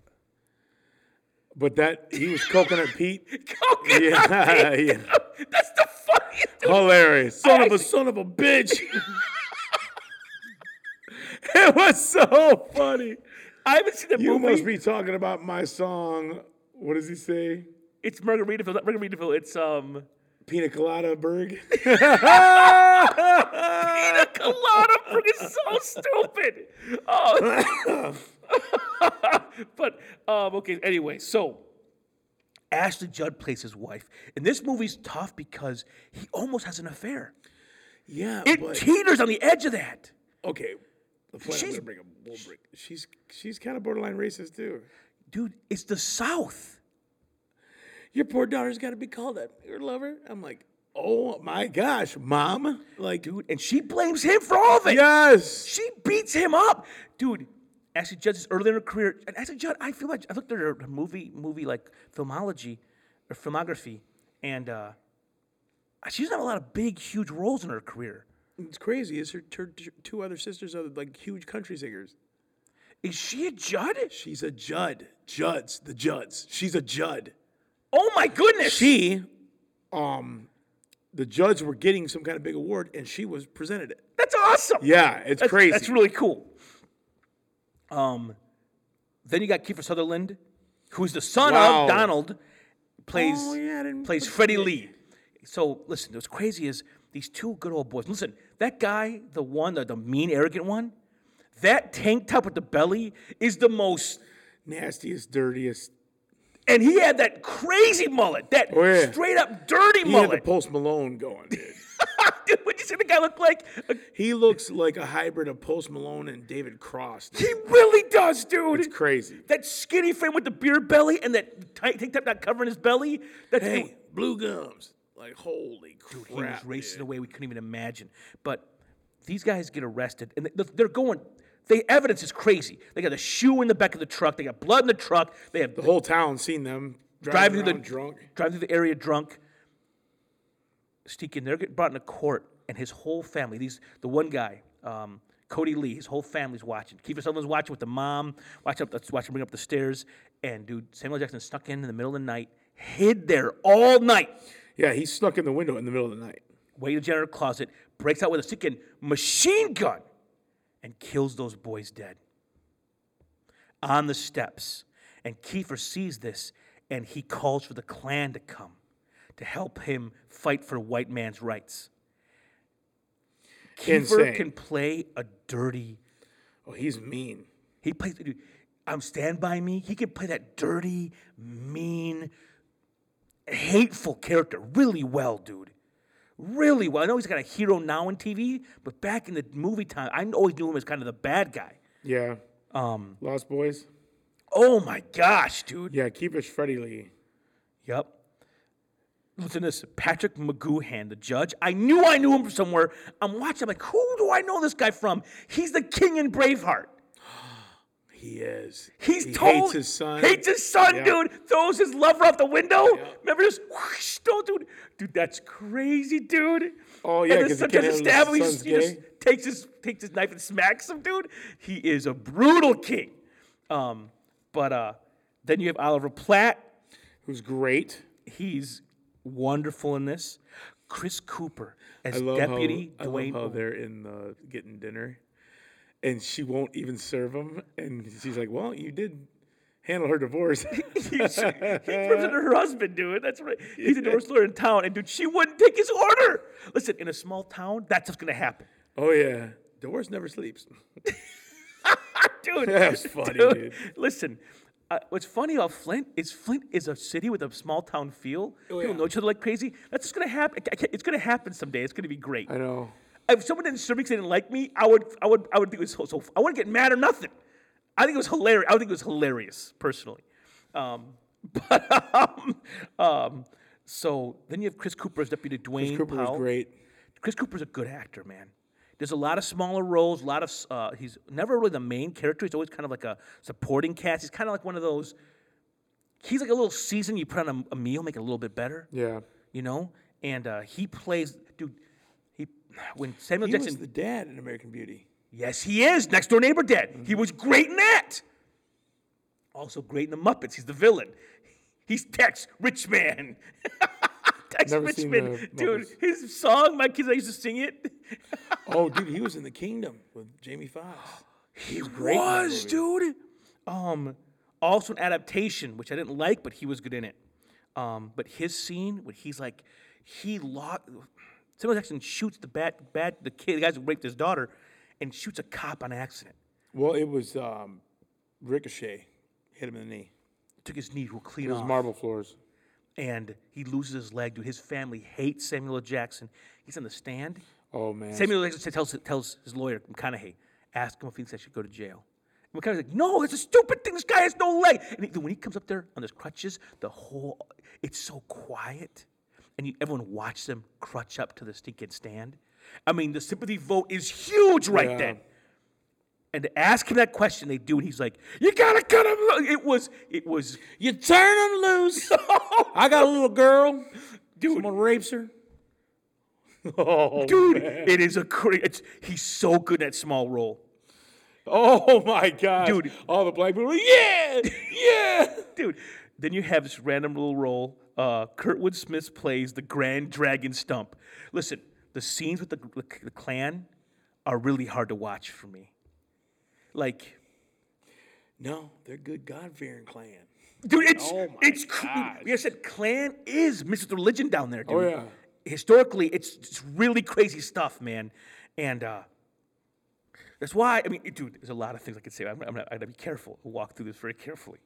but that he was Coconut Pete. Coconut. Yeah, yeah. That's the funniest. Dude. Hilarious. Son of a actually- son of a bitch. it was so funny. I haven't seen the You movie. must be talking about my song. What does he say? It's Margaritaville. Not Margaritaville. It's um. Pina Colada Berg. Pina colada freak is so stupid. Oh. but um, okay. Anyway, so Ashley Judd plays his wife, and this movie's tough because he almost has an affair. Yeah, It but teeters on the edge of that. okay. The point I'm She's- gonna bring up. We'll bring, she's she's kind of borderline racist too. Dude, it's the South. Your poor daughter's got to be called up. Your lover. I'm like, oh my gosh, mom. Like, Dude, and she blames him for all of it. yes. She beats him up, dude. Ashley Judd is early in her career, and Ashley Judd, I feel like I looked at her her movie movie like filmology or filmography, and uh, she doesn't have a lot of big, huge roles in her career. It's crazy. It's her, her two other sisters are like huge country singers. Is she a Judd? She's a Judd. Judds, the Judds. She's a Judd. Oh my goodness! She, um, the Judds were getting some kind of big award, and she was presented it. That's awesome. Yeah, it's that's, crazy. That's really cool. Um, then you got Kiefer Sutherland, who's the son Wow. of Donald, plays Oh, yeah, I didn't plays Freddie Lee. So listen, what's crazy is these two good old boys. Listen, that guy, the one, the, the mean, arrogant one, that tank top with the belly is the most. Nastiest, dirtiest. And he had that crazy mullet, that Oh, yeah. straight up dirty He had the mullet. Post Malone going, dude. Dude, what'd you see the guy look like? he looks like a hybrid of Post Malone and David Cross. dude. He really does, dude. It's crazy. That skinny frame with the beer belly and that tight tank top not covering his belly. That's Hey, blue gums. Like, holy crap. he was racing away. We couldn't even imagine. But these guys get arrested, and they- they're going. The evidence is crazy. They got a shoe in the back of the truck. They got blood in the truck. They have The whole town seen them driving, driving through the around drunk. driving through the area drunk. Steakin, they're getting brought into court, and his whole family. These the one guy, um, Cody Lee, his whole family's watching. Kiefer Sutherland's watching with the mom, watching up, watching bring up the stairs, and dude, Samuel Jackson snuck in in the middle of the night, hid there all night, Yeah, he snuck in the window in the middle of the night. way to janitor closet, breaks out with a stinking machine gun, and kills those boys dead. On the steps, and Kiefer sees this, and he calls for the Klan to come to help him fight for white man's rights. Kiefer Insane. can play a dirty. Oh, he's mean. He plays. Dude, I'm Stand By Me. He can play that dirty, mean, hateful character really well, dude. Really well. I know he's got a hero now in TV, but back in the movie time, I always knew him as kind of the bad guy. Yeah. Um, Lost Boys. Oh my gosh, dude. Yeah, Keepish Freddie Lee. Yep. Listen to this. Patrick McGoohan, the judge. I knew I knew him from somewhere. I'm watching. I'm like, who do I know this guy from? He's the king in Braveheart. He is. He's he told, hates his son. Hates his son, Yeah. dude. Throws his lover off the window. Remember this? Whoosh, no, dude. Dude, that's crazy, dude. Oh, yeah, And 'cause he then can't sometimes he handle his stab him. He son's just, he just gay. takes his takes his knife and smacks him, dude. He is a brutal king. Um, but uh, then you have Oliver Platt. who's great. He's wonderful in this. Chris Cooper as I love Deputy how, Dwayne. I love how they're in the getting dinner, and she won't even serve him, and she's like, "Well, you did handle her divorce." he, she, he rips into her husband, dude. That's right. He's a divorce lawyer in town, and dude, she wouldn't take his order. Listen, in a small town, that's what's gonna happen, oh yeah, divorce never sleeps. dude. That's funny, dude. Listen, uh, what's funny about Flint is Flint is a city with a small town feel. People Oh, yeah. know each other like crazy. That's just gonna happen. I can't- It's gonna happen someday. It's gonna be great. I know. if someone didn't serve me 'cause they didn't like me, I would, I would, I would think it was so. so I wouldn't get mad or nothing. I think it was hilarious. I would think it was hilarious personally. Um, but um, um, so then you have Chris Cooper as Deputy Dwayne. Cooper was Powell. great. Chris Cooper's a good actor, man. There's a lot of smaller roles. A lot of s- uh, he's never really the main character. He's always kind of like a supporting cast. He's kind of like one of those. He's like a little season you put on a, a meal, make it a little bit better Yeah, you know. And uh, he plays, dude. He when Samuel he Jackson. was the dad in American Beauty. yes, he is next door neighbor dad. He was great in that. Also great in the Muppets. He's the villain. He's Tex Richman. Tex Never seen the Richman, dude. Muppets. His song, my kids, I used to sing it. Oh, dude, he was in The Kingdom with Jamie Foxx. He great in that was, dude. Um, also an adaptation, which I didn't like, but he was good in it. Um, but his scene when he's like, he locked. Samuel Jackson shoots the bad, bad, the kid, the guy who raped his daughter, and shoots a cop on accident. Well, it was um, Ricochet hit him in the knee. Took his knee real clean It was off, marble floors. and he loses his leg. Dude, his family hates Samuel L. Jackson. He's on the stand. Oh man, Samuel Jackson said- tells tells his lawyer McConaughey, ask him if he thinks I should go to jail. And McConaughey's like, no, it's a stupid thing. This guy has no leg. And he, when he comes up there on those crutches, the whole it's so quiet, and you, everyone watches him crutch up to the stinking stand. I mean, the sympathy vote is huge right Yeah. then. And to ask him that question, they do, and he's like, "You gotta cut him." loose." It was, it was, you turn him loose. I got a little girl. Dude, someone rapes her. Oh, Dude, it is a cra- it's, he's so good at small role. oh my God, Dude. All the black people, yeah, yeah. Dude, then you have this random little role. Uh, Kurtwood Smith plays the Grand Dragon Stump. Listen, the scenes with the, the, the clan are really hard to watch for me. Like, No, they're good God fearing clan. dude, it's Oh my it's cr- gosh. like I said, clan is Mr. Religion down there, dude. Oh, yeah. Historically, it's it's really crazy stuff, man, and uh, that's why I mean, dude, there's a lot of things I could say. I'm, I'm, gonna, I gotta be careful. Walk through this very carefully,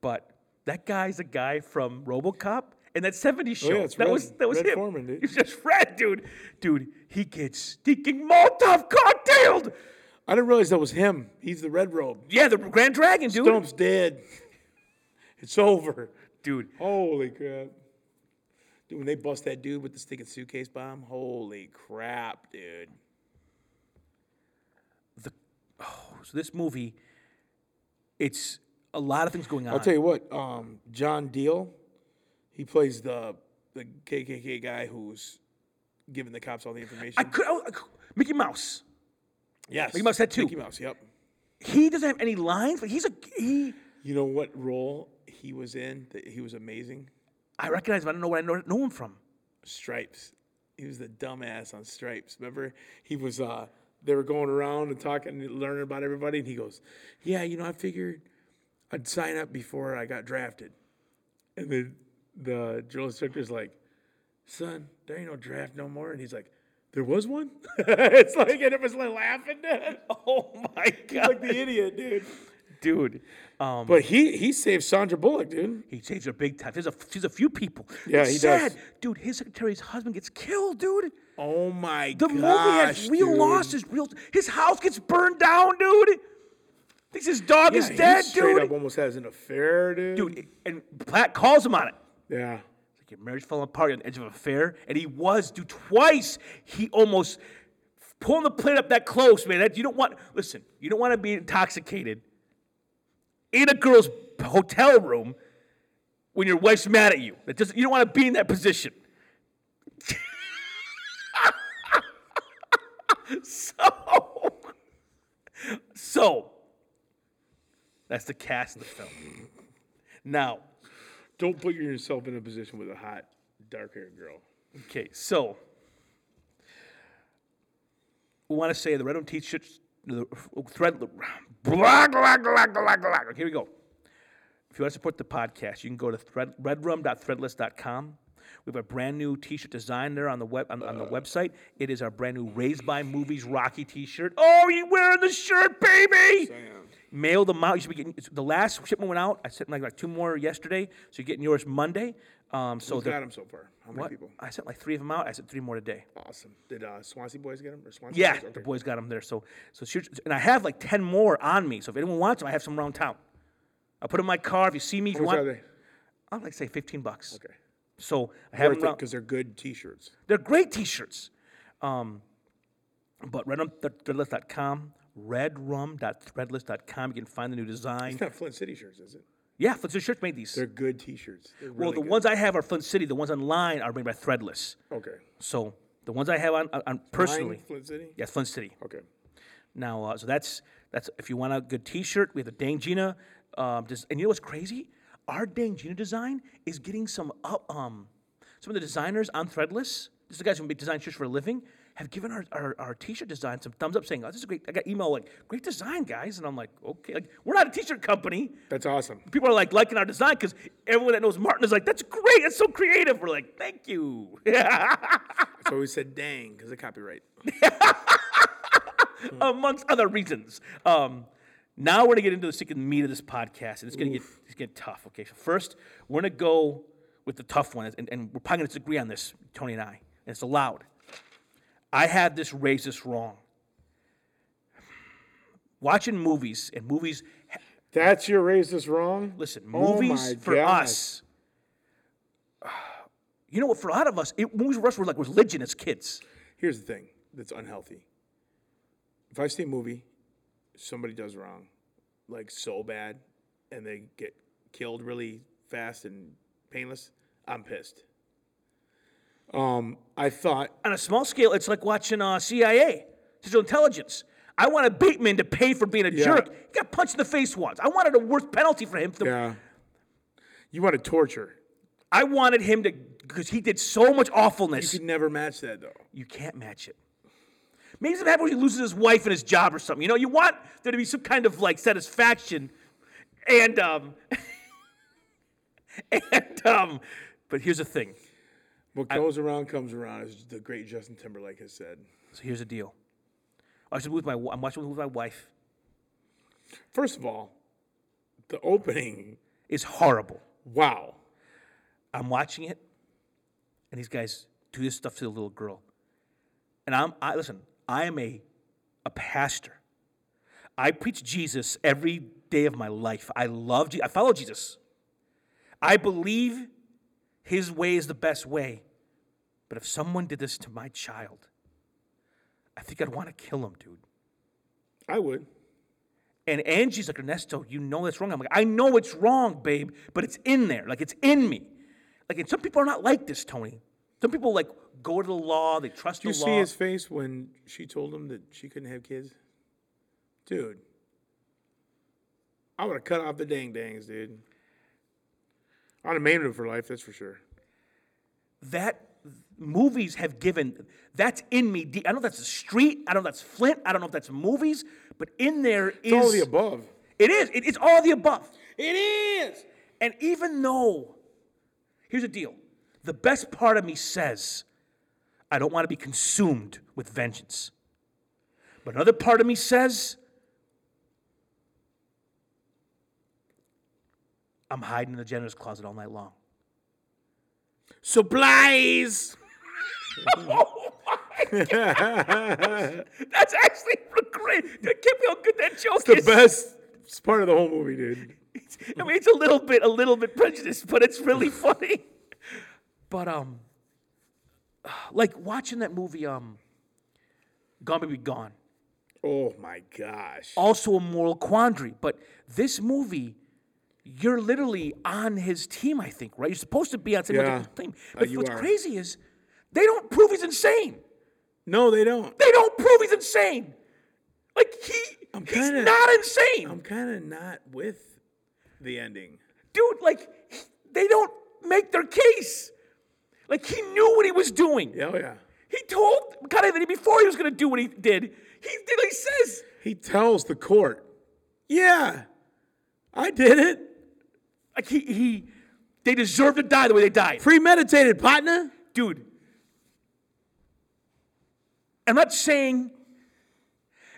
but that guy's a guy from RoboCop and that '70s show. Oh, yeah, it's that was Red- that was Red him. Foreman, dude. He was just red, dude. Dude, he gets stinking Molotov cocktailed. I didn't realize that was him. He's the red robe. Yeah, the Grand Dragon, dude. Stump's dead. It's over. Dude, Holy crap. Dude, when they bust that dude with the stinking suitcase bomb, holy crap, dude. the oh, so this movie, it's a lot of things going on. I'll tell you what, um, John Deal, he plays the the KKK guy who's giving the cops all the information. I could, I could- Mickey Mouse. yes. Mickey Mouse had two. Mickey Mouse, yep. He doesn't have any lines, but he's a he. You know what role he was in that he was amazing? I recognize him. I don't know where I know, know him from. Stripes. He was the dumbass on Stripes. Remember, he was. uh They were going around and talking, and learning about everybody, and he goes, "Yeah, you know, I figured I'd sign up before I got drafted." And then the drill instructor's like, "Son, there ain't no draft no more." And he's like, "There was one." it's like, and it was like laughing. Oh my He's like the idiot, dude. dude! Um, But he he saved Sandra Bullock, dude. he changed her big time. There's a she's a few people. Yeah, It's he sad. does. Dude, his secretary's husband gets killed, dude. Oh my The god. movie has real dude. losses. Real, his house gets burned down, dude. Thinks his dog is Yeah, he dead, straight dude. up almost has an affair, dude. Dude, and Platt calls him on it. Yeah. Like your marriage fell apart you're on the edge of an affair, and he was, dude, twice. He almost pulling the plate up that close, man. That you don't want. Listen, you don't want to be intoxicated in a girl's hotel room when your wife's mad at you. That doesn't. You don't want to be in that position. so, so that's the cast of the film. Now. Don't put yourself in a position with a hot, dark haired girl. Okay, so we want to say the red room t-shirts, the thread, blah, blah, blah, blah, blah, blah. Here we go. If you want to support the podcast, you can go to thread, redrum.threadless.com. We have a brand new T-shirt design there on the web on, on the website. It is our brand new "Raised by Movies" Rocky T-shirt. Oh, you wearing the shirt, baby? Mail them out. You should be getting it's- the last shipment went out. I sent like, like two more yesterday, so you're getting yours Monday. Um, so Got the, 'em so far. How many what? people? I sent like three of them out. I sent three more today. Awesome. Did uh, Swansea boys get them? Or Swansea Yeah, Boys? the Okay. boys got them there. So, so shoot, and I have like ten more on me. So if anyone wants them, I have some around town. I put 'em in my car. If you see me, if you Which want, are they? I'm like say fifteen bucks. Okay. So I have Worth them. it Around, because they're good t shirts. they're great T-shirts. Um, but redrum.threadless.com, redrum.threadless.com. You can find the new design. It's not Flint City shirts, is it? Yeah, Flint City Shirts made these. They're good t shirts. well, the ones I have are Flint City. The ones online are made by Threadless. Okay. So the ones I have on, on- on personally, Mine, Flint City? yes, Flint City. Okay. Now, uh, so that's that's if you want a good T-shirt, we have the Dang Gina. Um, des- and you know what's crazy? Our Dang Gina design is getting some up. Um, some of the designers on Threadless, these are the guys who design shirts for a living, have given our, our, our T-shirt design some thumbs up, saying, "Oh, this is great." I got email like, "Great design, guys," and I'm like, "Okay, like we're not a T-shirt company." That's awesome. People are like liking our design because everyone that knows Martin is like, "That's great! That's so creative." We're like, "Thank you." That's why we said dang because of copyright. amongst other reasons. Um, now we're gonna get into the second meat of this podcast, and it's gonna get it's gonna get tough. Okay, so first we're gonna go with the tough one, and, and we're probably gonna disagree on this, Tony and I, and it's allowed. I had this racist wrong. Watching movies and movies, That's your racist wrong? listen, Oh movies my for God. us. You know what? For a lot of us, it, movies for us were like religion as kids. Here's the thing that's unhealthy. If I see a movie, somebody does wrong, like so bad, and they get killed really fast and painless, I'm pissed. Um, I thought On a small scale, it's like watching uh, CIA, Central Intelligence. I wanted Bateman to pay for being a jerk. He got punched in the face once. I wanted a worse penalty for him. to- Yeah. uh, You want to torture. I wanted him to, because he did so much awfulness. You could never match that though. You can't match it. Maybe something happens when he loses his wife and his job or something. You know, you want there to be some kind of like satisfaction, and um, and um, but here's the thing. What goes around comes around, as the great Justin Timberlake has said. So here's the deal. I was with my. wi- I'm watching with my wife. First of all, the opening, It's horrible. wow. I'm watching it, and these guys do this stuff to the little girl. And I'm I listen, I am a a pastor. I preach Jesus every day of my life. I love Je- I follow Jesus. I believe his way is the best way. But if someone did this to my child, I think I'd want to kill him, dude. I would. And Angie's like, Ernesto, you know that's wrong. I'm like, I know it's wrong, babe, but it's in there. Like, it's in me. Like, and some people are not like this, Tony. Some people, like, go to the law, they trust You the see law. his face when she told him that she couldn't have kids? Dude, I would have cut off the dang dangs, dude. I'd have maimed him for life, that's for sure. that movies have given, that's in me. deep. I don't know if that's the street. I don't know if that's Flint. I don't know if that's movies, but in there is. All of the above. It is. It- it's all the above. It is. And even though, here's the deal the best part of me says, I don't want to be consumed with vengeance. But another part of me says, I'm hiding in the janitor's closet all night long. Supplies. Oh my gosh. That's actually great. That can't be how good that joke The is. best part of the whole movie, dude. I mean, it's a little bit, a little bit prejudiced, but it's really funny. But um, like watching that movie, um, Gone Baby Gone, Oh my gosh. also a moral quandary. But this movie, you're literally on his team, I think, right? You're supposed to be on Tim Yeah. Uh, Burton's team. But you what's are. crazy is they don't prove he's insane. No, they don't. They don't prove he's insane. Like he, he's kinda- not insane. I'm kind of not with the ending. dude, like they don't make their case. Like he knew what he was doing. Yeah, oh yeah. He told God Anthony before he was going to do what he did. He literally says, He tells the court, "Yeah, I did it. like he he, they deserve to die the way they died, Premeditated, partner." dude. I'm not saying.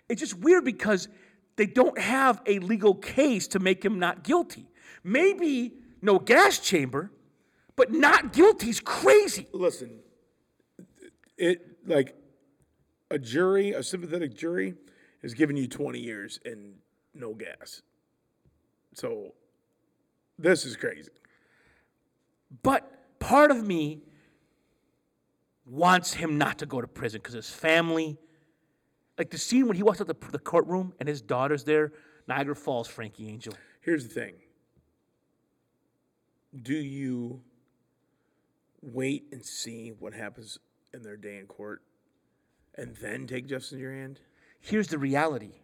It's just weird because they don't have a legal case to make him not guilty. Maybe no gas chamber, but not guilty is crazy. Listen, it like a jury, a sympathetic jury, is giving you 20 years and no gas. So this is crazy. But part of me wants him not to go to prison because his family, like the scene when he walks out the, the courtroom and his daughter's there, Niagara Falls, Frankie Angel. Here's the thing. Do you wait and see what happens in their day in court and then take justice in your hand? Here's the reality.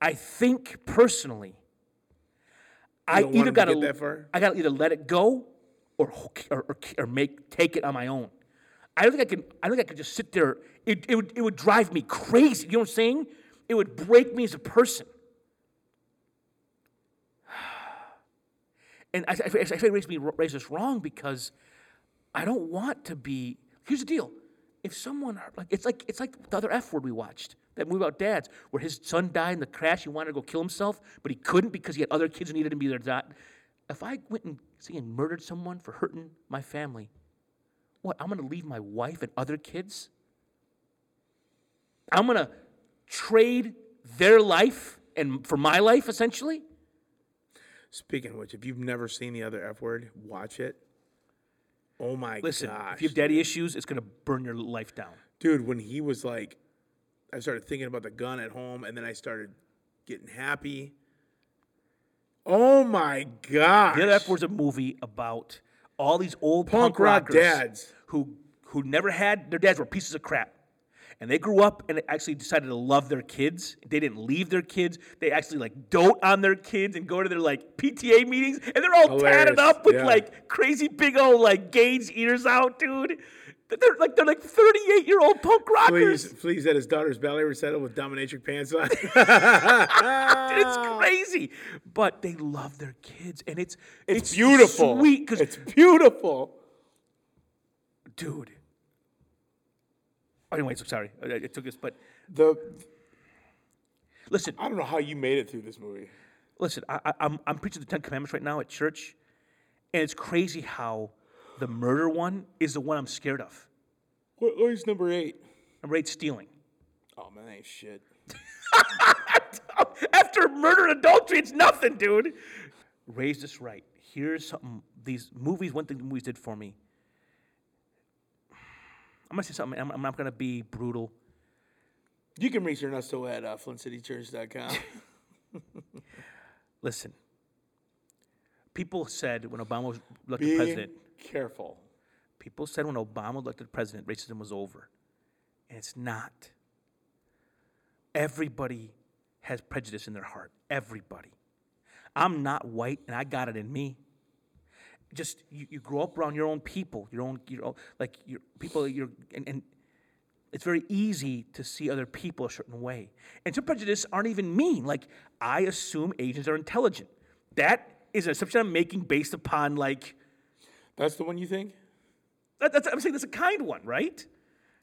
I think personally, I don't want either him to got to get that far? I got to either let it go or, hook- or or or make take it on my own. I don't think I can. I don't think I could just sit there. It it would, it would drive me crazy. You know what I'm saying? It would break me as a person. And I, I, I feel it makes me raise this wrong because I don't want to be. Here's the deal: if someone are- like it's like it's like the other F word we watched that movie about dads where his son died in the crash. He wanted to go kill himself, but he couldn't because he had other kids who needed to be there. That if I went and see and murdered someone for hurting my family, what I'm gonna leave my wife and other kids? I'm gonna trade their life and for my life essentially. Speaking of which, if you've never seen the other F word, watch it. Oh my Listen, gosh. if you have daddy issues, it's gonna burn your life down. Dude, when he was like, I started thinking about the gun at home and then I started getting happy. Oh my gosh. The other F word's a movie about all these old punk, Punk rock rockers dads. who who never had their dads were pieces of crap. And they grew up and actually decided to love their kids. They didn't leave their kids. They actually like dote on their kids and go to their like PTA meetings, and they're all tatted Hilarious, up with yeah. like crazy big old like gauge eaters out, dude. They're like they're like thirty eight year old punk rockers. Please, please, at his daughter's ballet recital with dominatrix pants on. Dude, it's crazy, but they love their kids, and it's it's, beautiful. sweet because it's beautiful. dude. Anyway, so sorry, I, I took this, but The listen, I don't know how you made it through this movie. listen. I, I, I'm I'm preaching the Ten Commandments right now at church, and it's crazy how the murder one is the one I'm scared of. What, what is number eight? I'm right stealing. Oh man, that ain't shit. After murder and adultery, it's nothing, dude. Raised us right. Here's something. These movies, one thing the movies did for me. I'm gonna say something. I'm, I'm not gonna be brutal. You can reach us still at uh, flintcitychurch.com. Listen, people said when Obama was elected Be president, careful. people said when Obama was elected president, racism was over. And it's not. Everybody has prejudice in their heart. Everybody. I'm not white and I got it in me. Just you, you grow up around your own people, your own, your own like your people, your and, and it's very easy to see other people a certain way. And some prejudice aren't even mean. Like, I assume Asians are intelligent. That is an assumption I'm making based upon, like, That's the one you think? that, that's, I'm saying that's a kind one, right?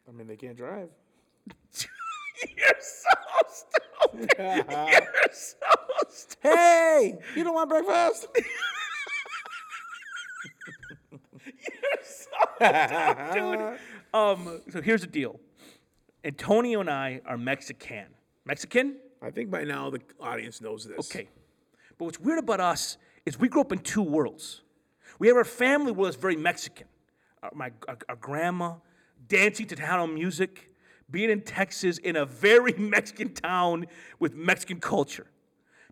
I mean, they can't drive. You're so stupid. You're so stupid. Hey, you don't want breakfast? You're so dumb, dude. Um, so here's the deal. Antonio and I are Mexican. Mexican? I think by now the audience knows this. Okay. But what's weird about us is we grew up in two worlds. We have our family world that's very Mexican. Our, my, our, our grandma dancing to Tejano music, being in Texas in a very Mexican town with Mexican culture.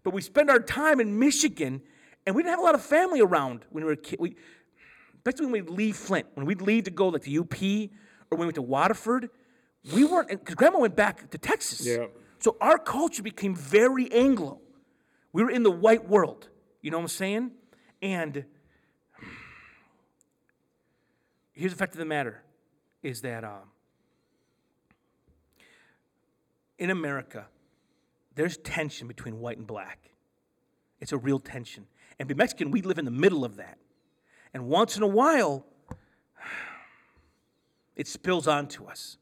But we spend our time in Michigan, and we didn't have a lot of family around when we were kids. We, especially when we leave Flint, when we'd leave to go like to UP or when we went to Waterford, we weren't because Grandma went back to Texas. Yeah. So our culture became very Anglo. We were in the white world. You know what I'm saying? And here's the fact of the matter: is that um, in America, there's tension between white and black. It's a real tension. And being Mexican, we live in the middle of that. And once in a while, it spills onto us.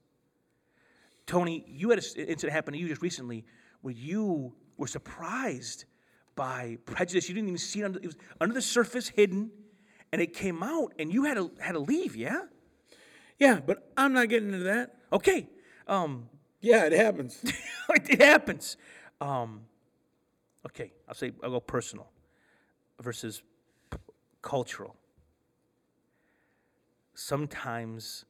Tony, you had an incident happen to you just recently where you were surprised by prejudice. You didn't even see it under, it was under the surface, hidden, and it came out, and you had to, had to leave, yeah? Yeah, but I'm not getting into that. Okay. Um, Yeah, it happens. it happens. Um, okay, I'll say I'll go personal versus p- cultural. Sometimes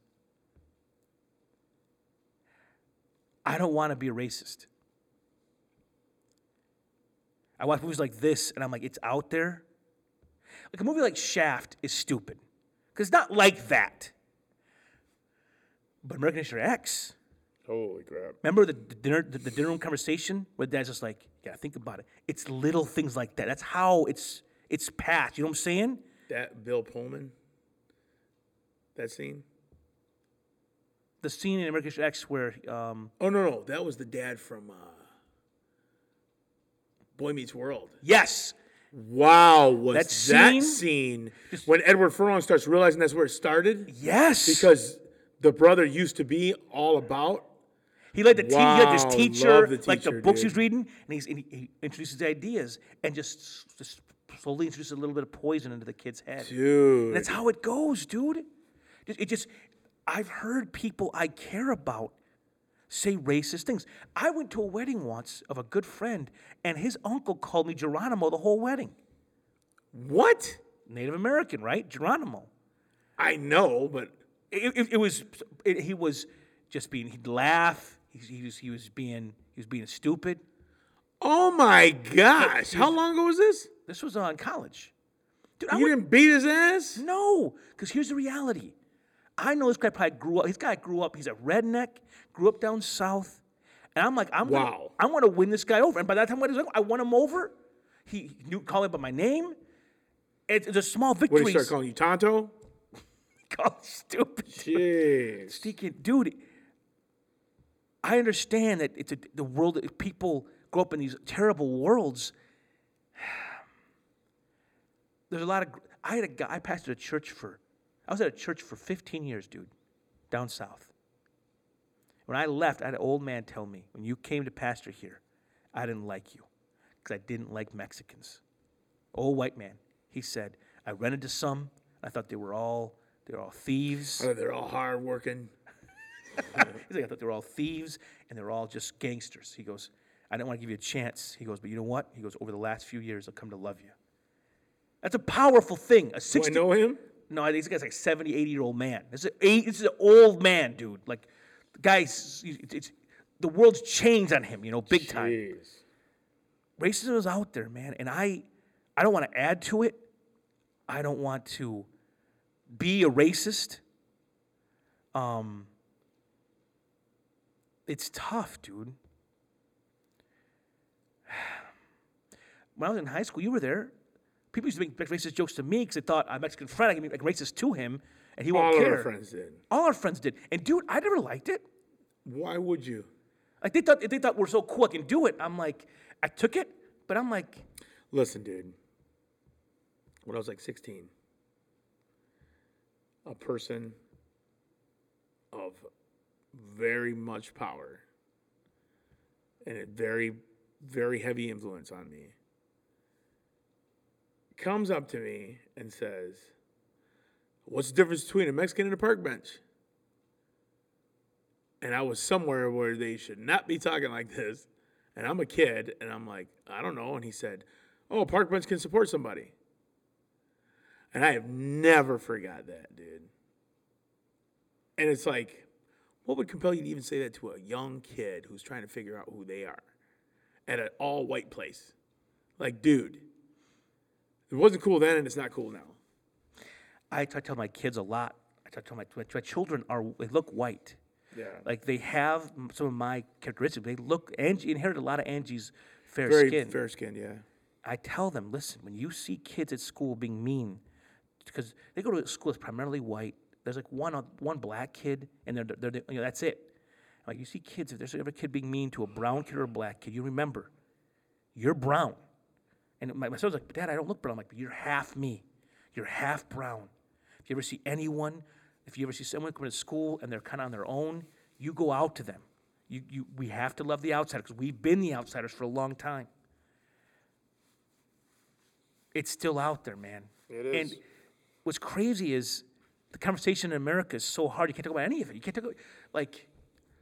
I don't want to be a racist. I watch movies like this, and I'm like, it's out there. Like a movie like Shaft is stupid because it's not like that. But American History X, Holy crap. Remember the, the dinner the, the dinner room conversation where dad's just like, yeah, think about it. It's little things like that. That's how it's it's passed. You know what I'm saying? That Bill Pullman, that scene? The scene in American History X where um, Oh, no, no. That was the dad from uh, Boy Meets World. yes, Wow, was That that scene- scene, when Edward Furlong starts realizing that's where it started? yes, Because the brother used to be all about. he like the te- he liked his Wow, teacher, love the like the teacher, books he was dude. reading, and he's and he, he introduces ideas and just, s- just slowly introduces a little bit of poison into the kid's head. Dude. That's how it goes, dude. It, it just, I've heard people I care about say racist things. I went to a wedding once of a good friend, and his uncle called me Geronimo the whole wedding. What? Native American, right? Geronimo. I know, but It, it, it was, it, he was just being, he'd laugh. He, he, was, he was being, he was being stupid. oh my gosh. How long ago was this? This was on college. Dude, I You went, didn't beat his ass? no, because here's the reality. I know this guy probably grew up. This guy grew up. He's a redneck. Grew up down south, and I'm like, I'm Wow. gonna, I'm gonna win this guy over. And by that time, what is I won him over. He knew call him by my name. It's, it's a small What victory. did he start calling you, Tonto? Call stupid. Jeez. Deacon, dude, I understand that it's a, the world. People grow up in these terrible worlds. There's a lot of. gr- I had a guy. I pastored a church for. I was at a church for 15 years, dude, down south. When I left, I had an old man tell me, "When you came to pastor here, I didn't like you, because I didn't like Mexicans." Old white man. He said, "I rented to some. I thought they were all they were all thieves." Oh, they're all hardworking. He's like, I thought they were all thieves and they're all just gangsters. He goes, I didn't want to give you a chance. He goes, but you know what? He goes, over the last few years, I've come to love you. That's a powerful thing. A I 60, know him. no, this guy's like 70, 80 year old man. This is, a, this is an old man, dude. Like, the guy's, it's, it's, the world's changed on him, you know, big time Jeez. racism is out there, man, and I I don't want to add to it. I don't want to be a racist. Um it's tough, dude. When I was in high school, you were there. People used to make racist jokes to me because they thought I'm Mexican friend. I can make racist to him, and he won't All of care. our friends did. All our friends did, and dude, I never liked it. Why would you? Like they thought, they thought we're so cool. I can do it. I'm like, I took it, but I'm like, Listen, dude. When I was like 16, a person of very much power and a very, very heavy influence on me comes up to me and says, What's the difference between a Mexican and a park bench? And I was somewhere where they should not be talking like this. And I'm a kid, and I'm like, I don't know. And he said, Oh, a park bench can support somebody. And I have never forgot that, dude. And it's like, what would compel you to even say that to a young kid who's trying to figure out who they are at an all white place? Like, dude, it wasn't cool then, and it's not cool now. I try to tell my kids a lot. I try to tell my, my, my children are they look white. Yeah. Like they have m- some of my characteristics. They look Angie inherited a lot of Angie's fair Very skin. fair skinned, yeah. I tell them, listen, when you see kids at school being mean, because they go to a school that's primarily white. There's like one oth- one black kid, and they're, they're, the- you know that's it. Like you see kids, if there's ever a kid being mean to a brown kid or a black kid, you remember, you're brown. And my, my son's like, Dad, I don't look brown. I'm like, you're half me. You're half brown. If you ever see anyone, if you ever see someone come to school and they're kind of on their own, you go out to them. You, you, we have to love the outsider because we've been the outsiders for a long time it's still out there, man. It is. And what's crazy is the conversation in America is so hard. You can't talk about any of it. You can't talk about, like,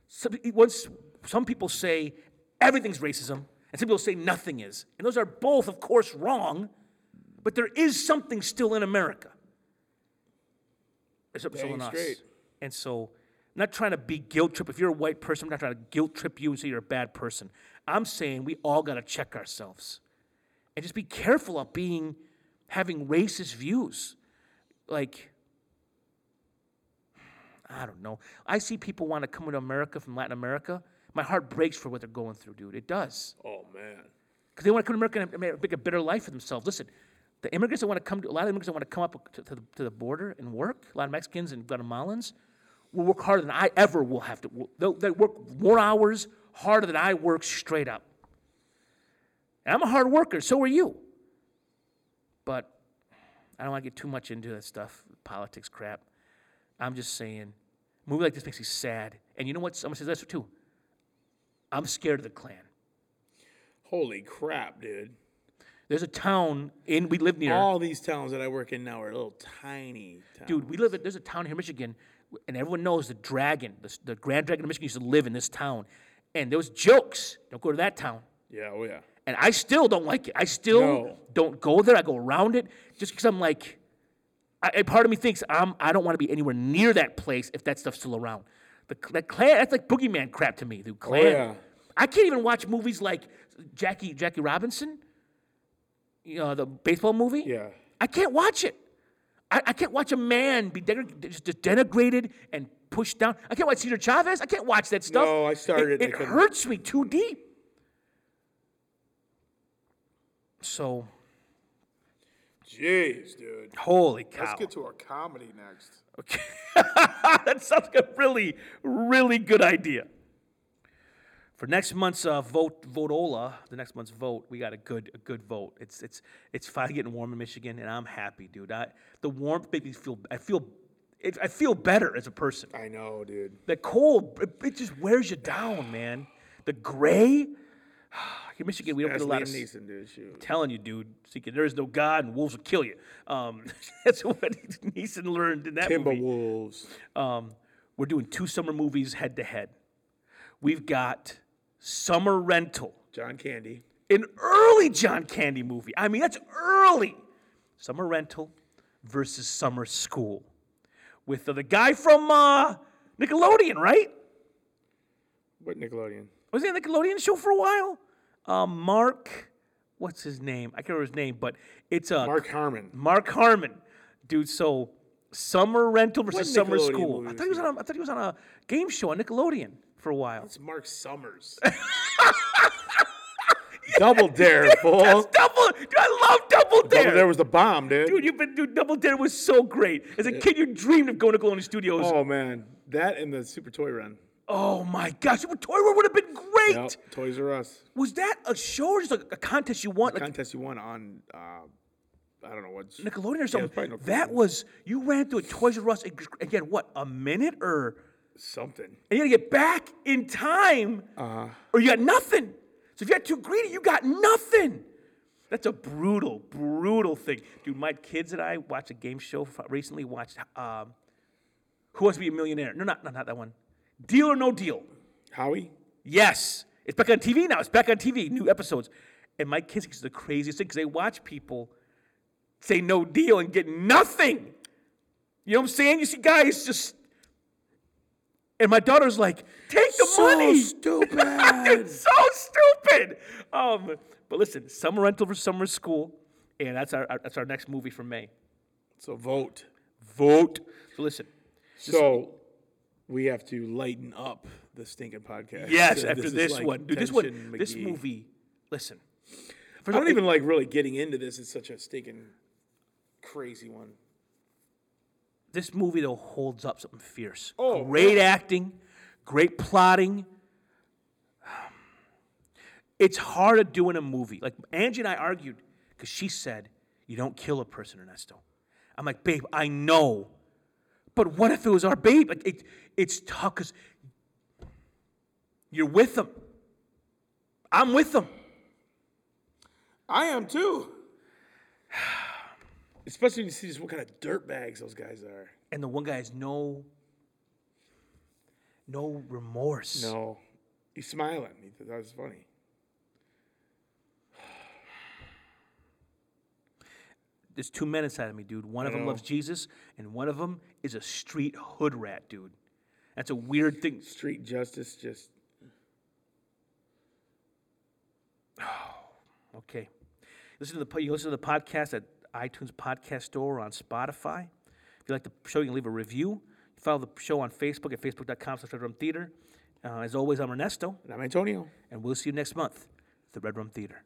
some, once some people say everything's racism, and some people say nothing is. And those are both, of course, wrong, but there is something still in America. There's something still Dang in us. straight. And so, I'm not trying to be guilt trip. If you're a white person, I'm not trying to guilt trip you and say you're a bad person. I'm saying we all got to check ourselves and just be careful of being having racist views like i don't know i see people want to come to america from latin america my heart breaks for what they're going through dude it does Oh, man. because they want to come to america and ma- make a better life for themselves listen the immigrants that want to come to a lot of immigrants that want to come up to, to the, to the border and work a lot of mexicans and guatemalans will work harder than i ever will have to they'll, they work more hours harder than i work straight up and I'm a hard worker, so are you. But I don't want to get too much into that stuff, politics crap. I'm just saying, a movie like this makes me sad. And you know what? Someone says that's too. I'm scared of the Klan. Holy crap, dude. There's a town in we live near, All these towns that I work in now are little tiny towns. dude. We live in there's a town here in Michigan, and everyone knows the dragon, the, the Grand Dragon of Michigan used to live in this town, and there was jokes. Don't go to that town. Yeah, oh yeah. and I still don't like it. I still No. don't go there. I go around it just because I'm like, I, a part of me thinks I'm I don't want to be anywhere near that place if that stuff's still around. The cl- that clan that's like boogeyman crap to me. The clan. Oh, yeah. I can't even watch movies like Jackie Jackie Robinson. You know the baseball movie. Yeah. I can't watch it. I, I can't watch a man be deg- just just denigrated and pushed down. I can't watch Cesar Chavez. I can't watch that stuff. No, I started It, and I it couldn't. hurts me too deep. So, Jeez, dude. holy cow. Let's get to our comedy next. Okay. that sounds like a really, really good idea. For next month's uh, vote, votola, the next month's vote, we got a good, a good vote. It's, it's, it's finally getting warm in Michigan, and I'm happy, dude. I, the warmth makes me feel, I feel, it, I feel better as a person. I know, dude. The cold, it, it just wears you down, man. The gray, in Michigan, we don't get That's a lot of. Liam Neeson, dude. Shoot. telling you, dude, seeking there is no God, and wolves will kill you. Um, that's what Neeson learned in that movie Timberwolves. um, we're doing two summer movies head to head. We've got Summer Rental, John Candy. an early John Candy movie. I mean, that's early. Summer Rental versus Summer School with the, the guy from uh, Nickelodeon, right? What Nickelodeon? Was he on the Nickelodeon show for a while? Uh, Mark, what's his name? I can't remember his name, but it's a Mark Harmon. Mark Harmon, dude. So Summer Rental versus What Summer Nickelodeon School. I movie thought he was on. A, I thought he was on a game show on Nickelodeon for a while. It's Mark Summers. Double Dare, fool. That's double. Dude, I love Double Dare. Double Dare was the bomb, dude. dude, you've been dude. Double Dare was so great. As a kid, you dreamed of going to Nickelodeon Studios. Oh, Oh man, that and the Super Toy Run. my gosh, Super Toy World would have been great. Yep, Toys R Us Was that a show or just like a contest you won? Like contest you won on. Uh, I don't know what's Nickelodeon or something. probably Nickelodeon. that was you ran through a Toys R Us and and you had what a minute or something. and you had to get back in time, or you got nothing. So if you got too greedy, you got nothing. That's a brutal, brutal thing, dude. My kids and I watched a game show f- recently. Watched um, Who Wants to Be a Millionaire? No, not, not not that one. Deal or No Deal. Howie. Yes, it's back on TV now. It's back on TV. New episodes, and my kids think it's the craziest thing because they watch people say no deal and get nothing. You know what I'm saying? You see guys just. And my daughter's like, take the money. stupid. It's so stupid. Um, but listen, summer rental for summer school, and that's our, our- that's our next movie for May. so vote. Vote. So listen, So we have to lighten up the stinking podcast. yes, So after this, is like one, dude, this one, Tension this McGee. movie. Listen, I don't even like really getting into this. It's such a stinking crazy one. this movie though holds up something fierce. Oh, great acting, great plotting. It's hard to do in a movie. Like Angie and I argued because she said you don't kill a person, Ernesto. I'm like, babe, I know, but what if it was our babe? Like it, it's tough because you're with them. I'm with them. I am too. Especially when you see just what kind of dirt bags those guys are. and the one guy has no no remorse. No, he's smiling. He thought that was funny. There's two men inside of me, dude. One of them know. loves Jesus, and one of them is a street hood rat, dude. That's a weird thing. Street justice just Okay, listen to the po- you listen to the podcast at iTunes Podcast Store or on Spotify. If you like the show, you can leave a review. Follow the show on Facebook at facebook.com slash Red Room Theater. Uh, as always, I'm Ernesto, And I'm Antonio. and we'll see you next month at the Red Room Theater.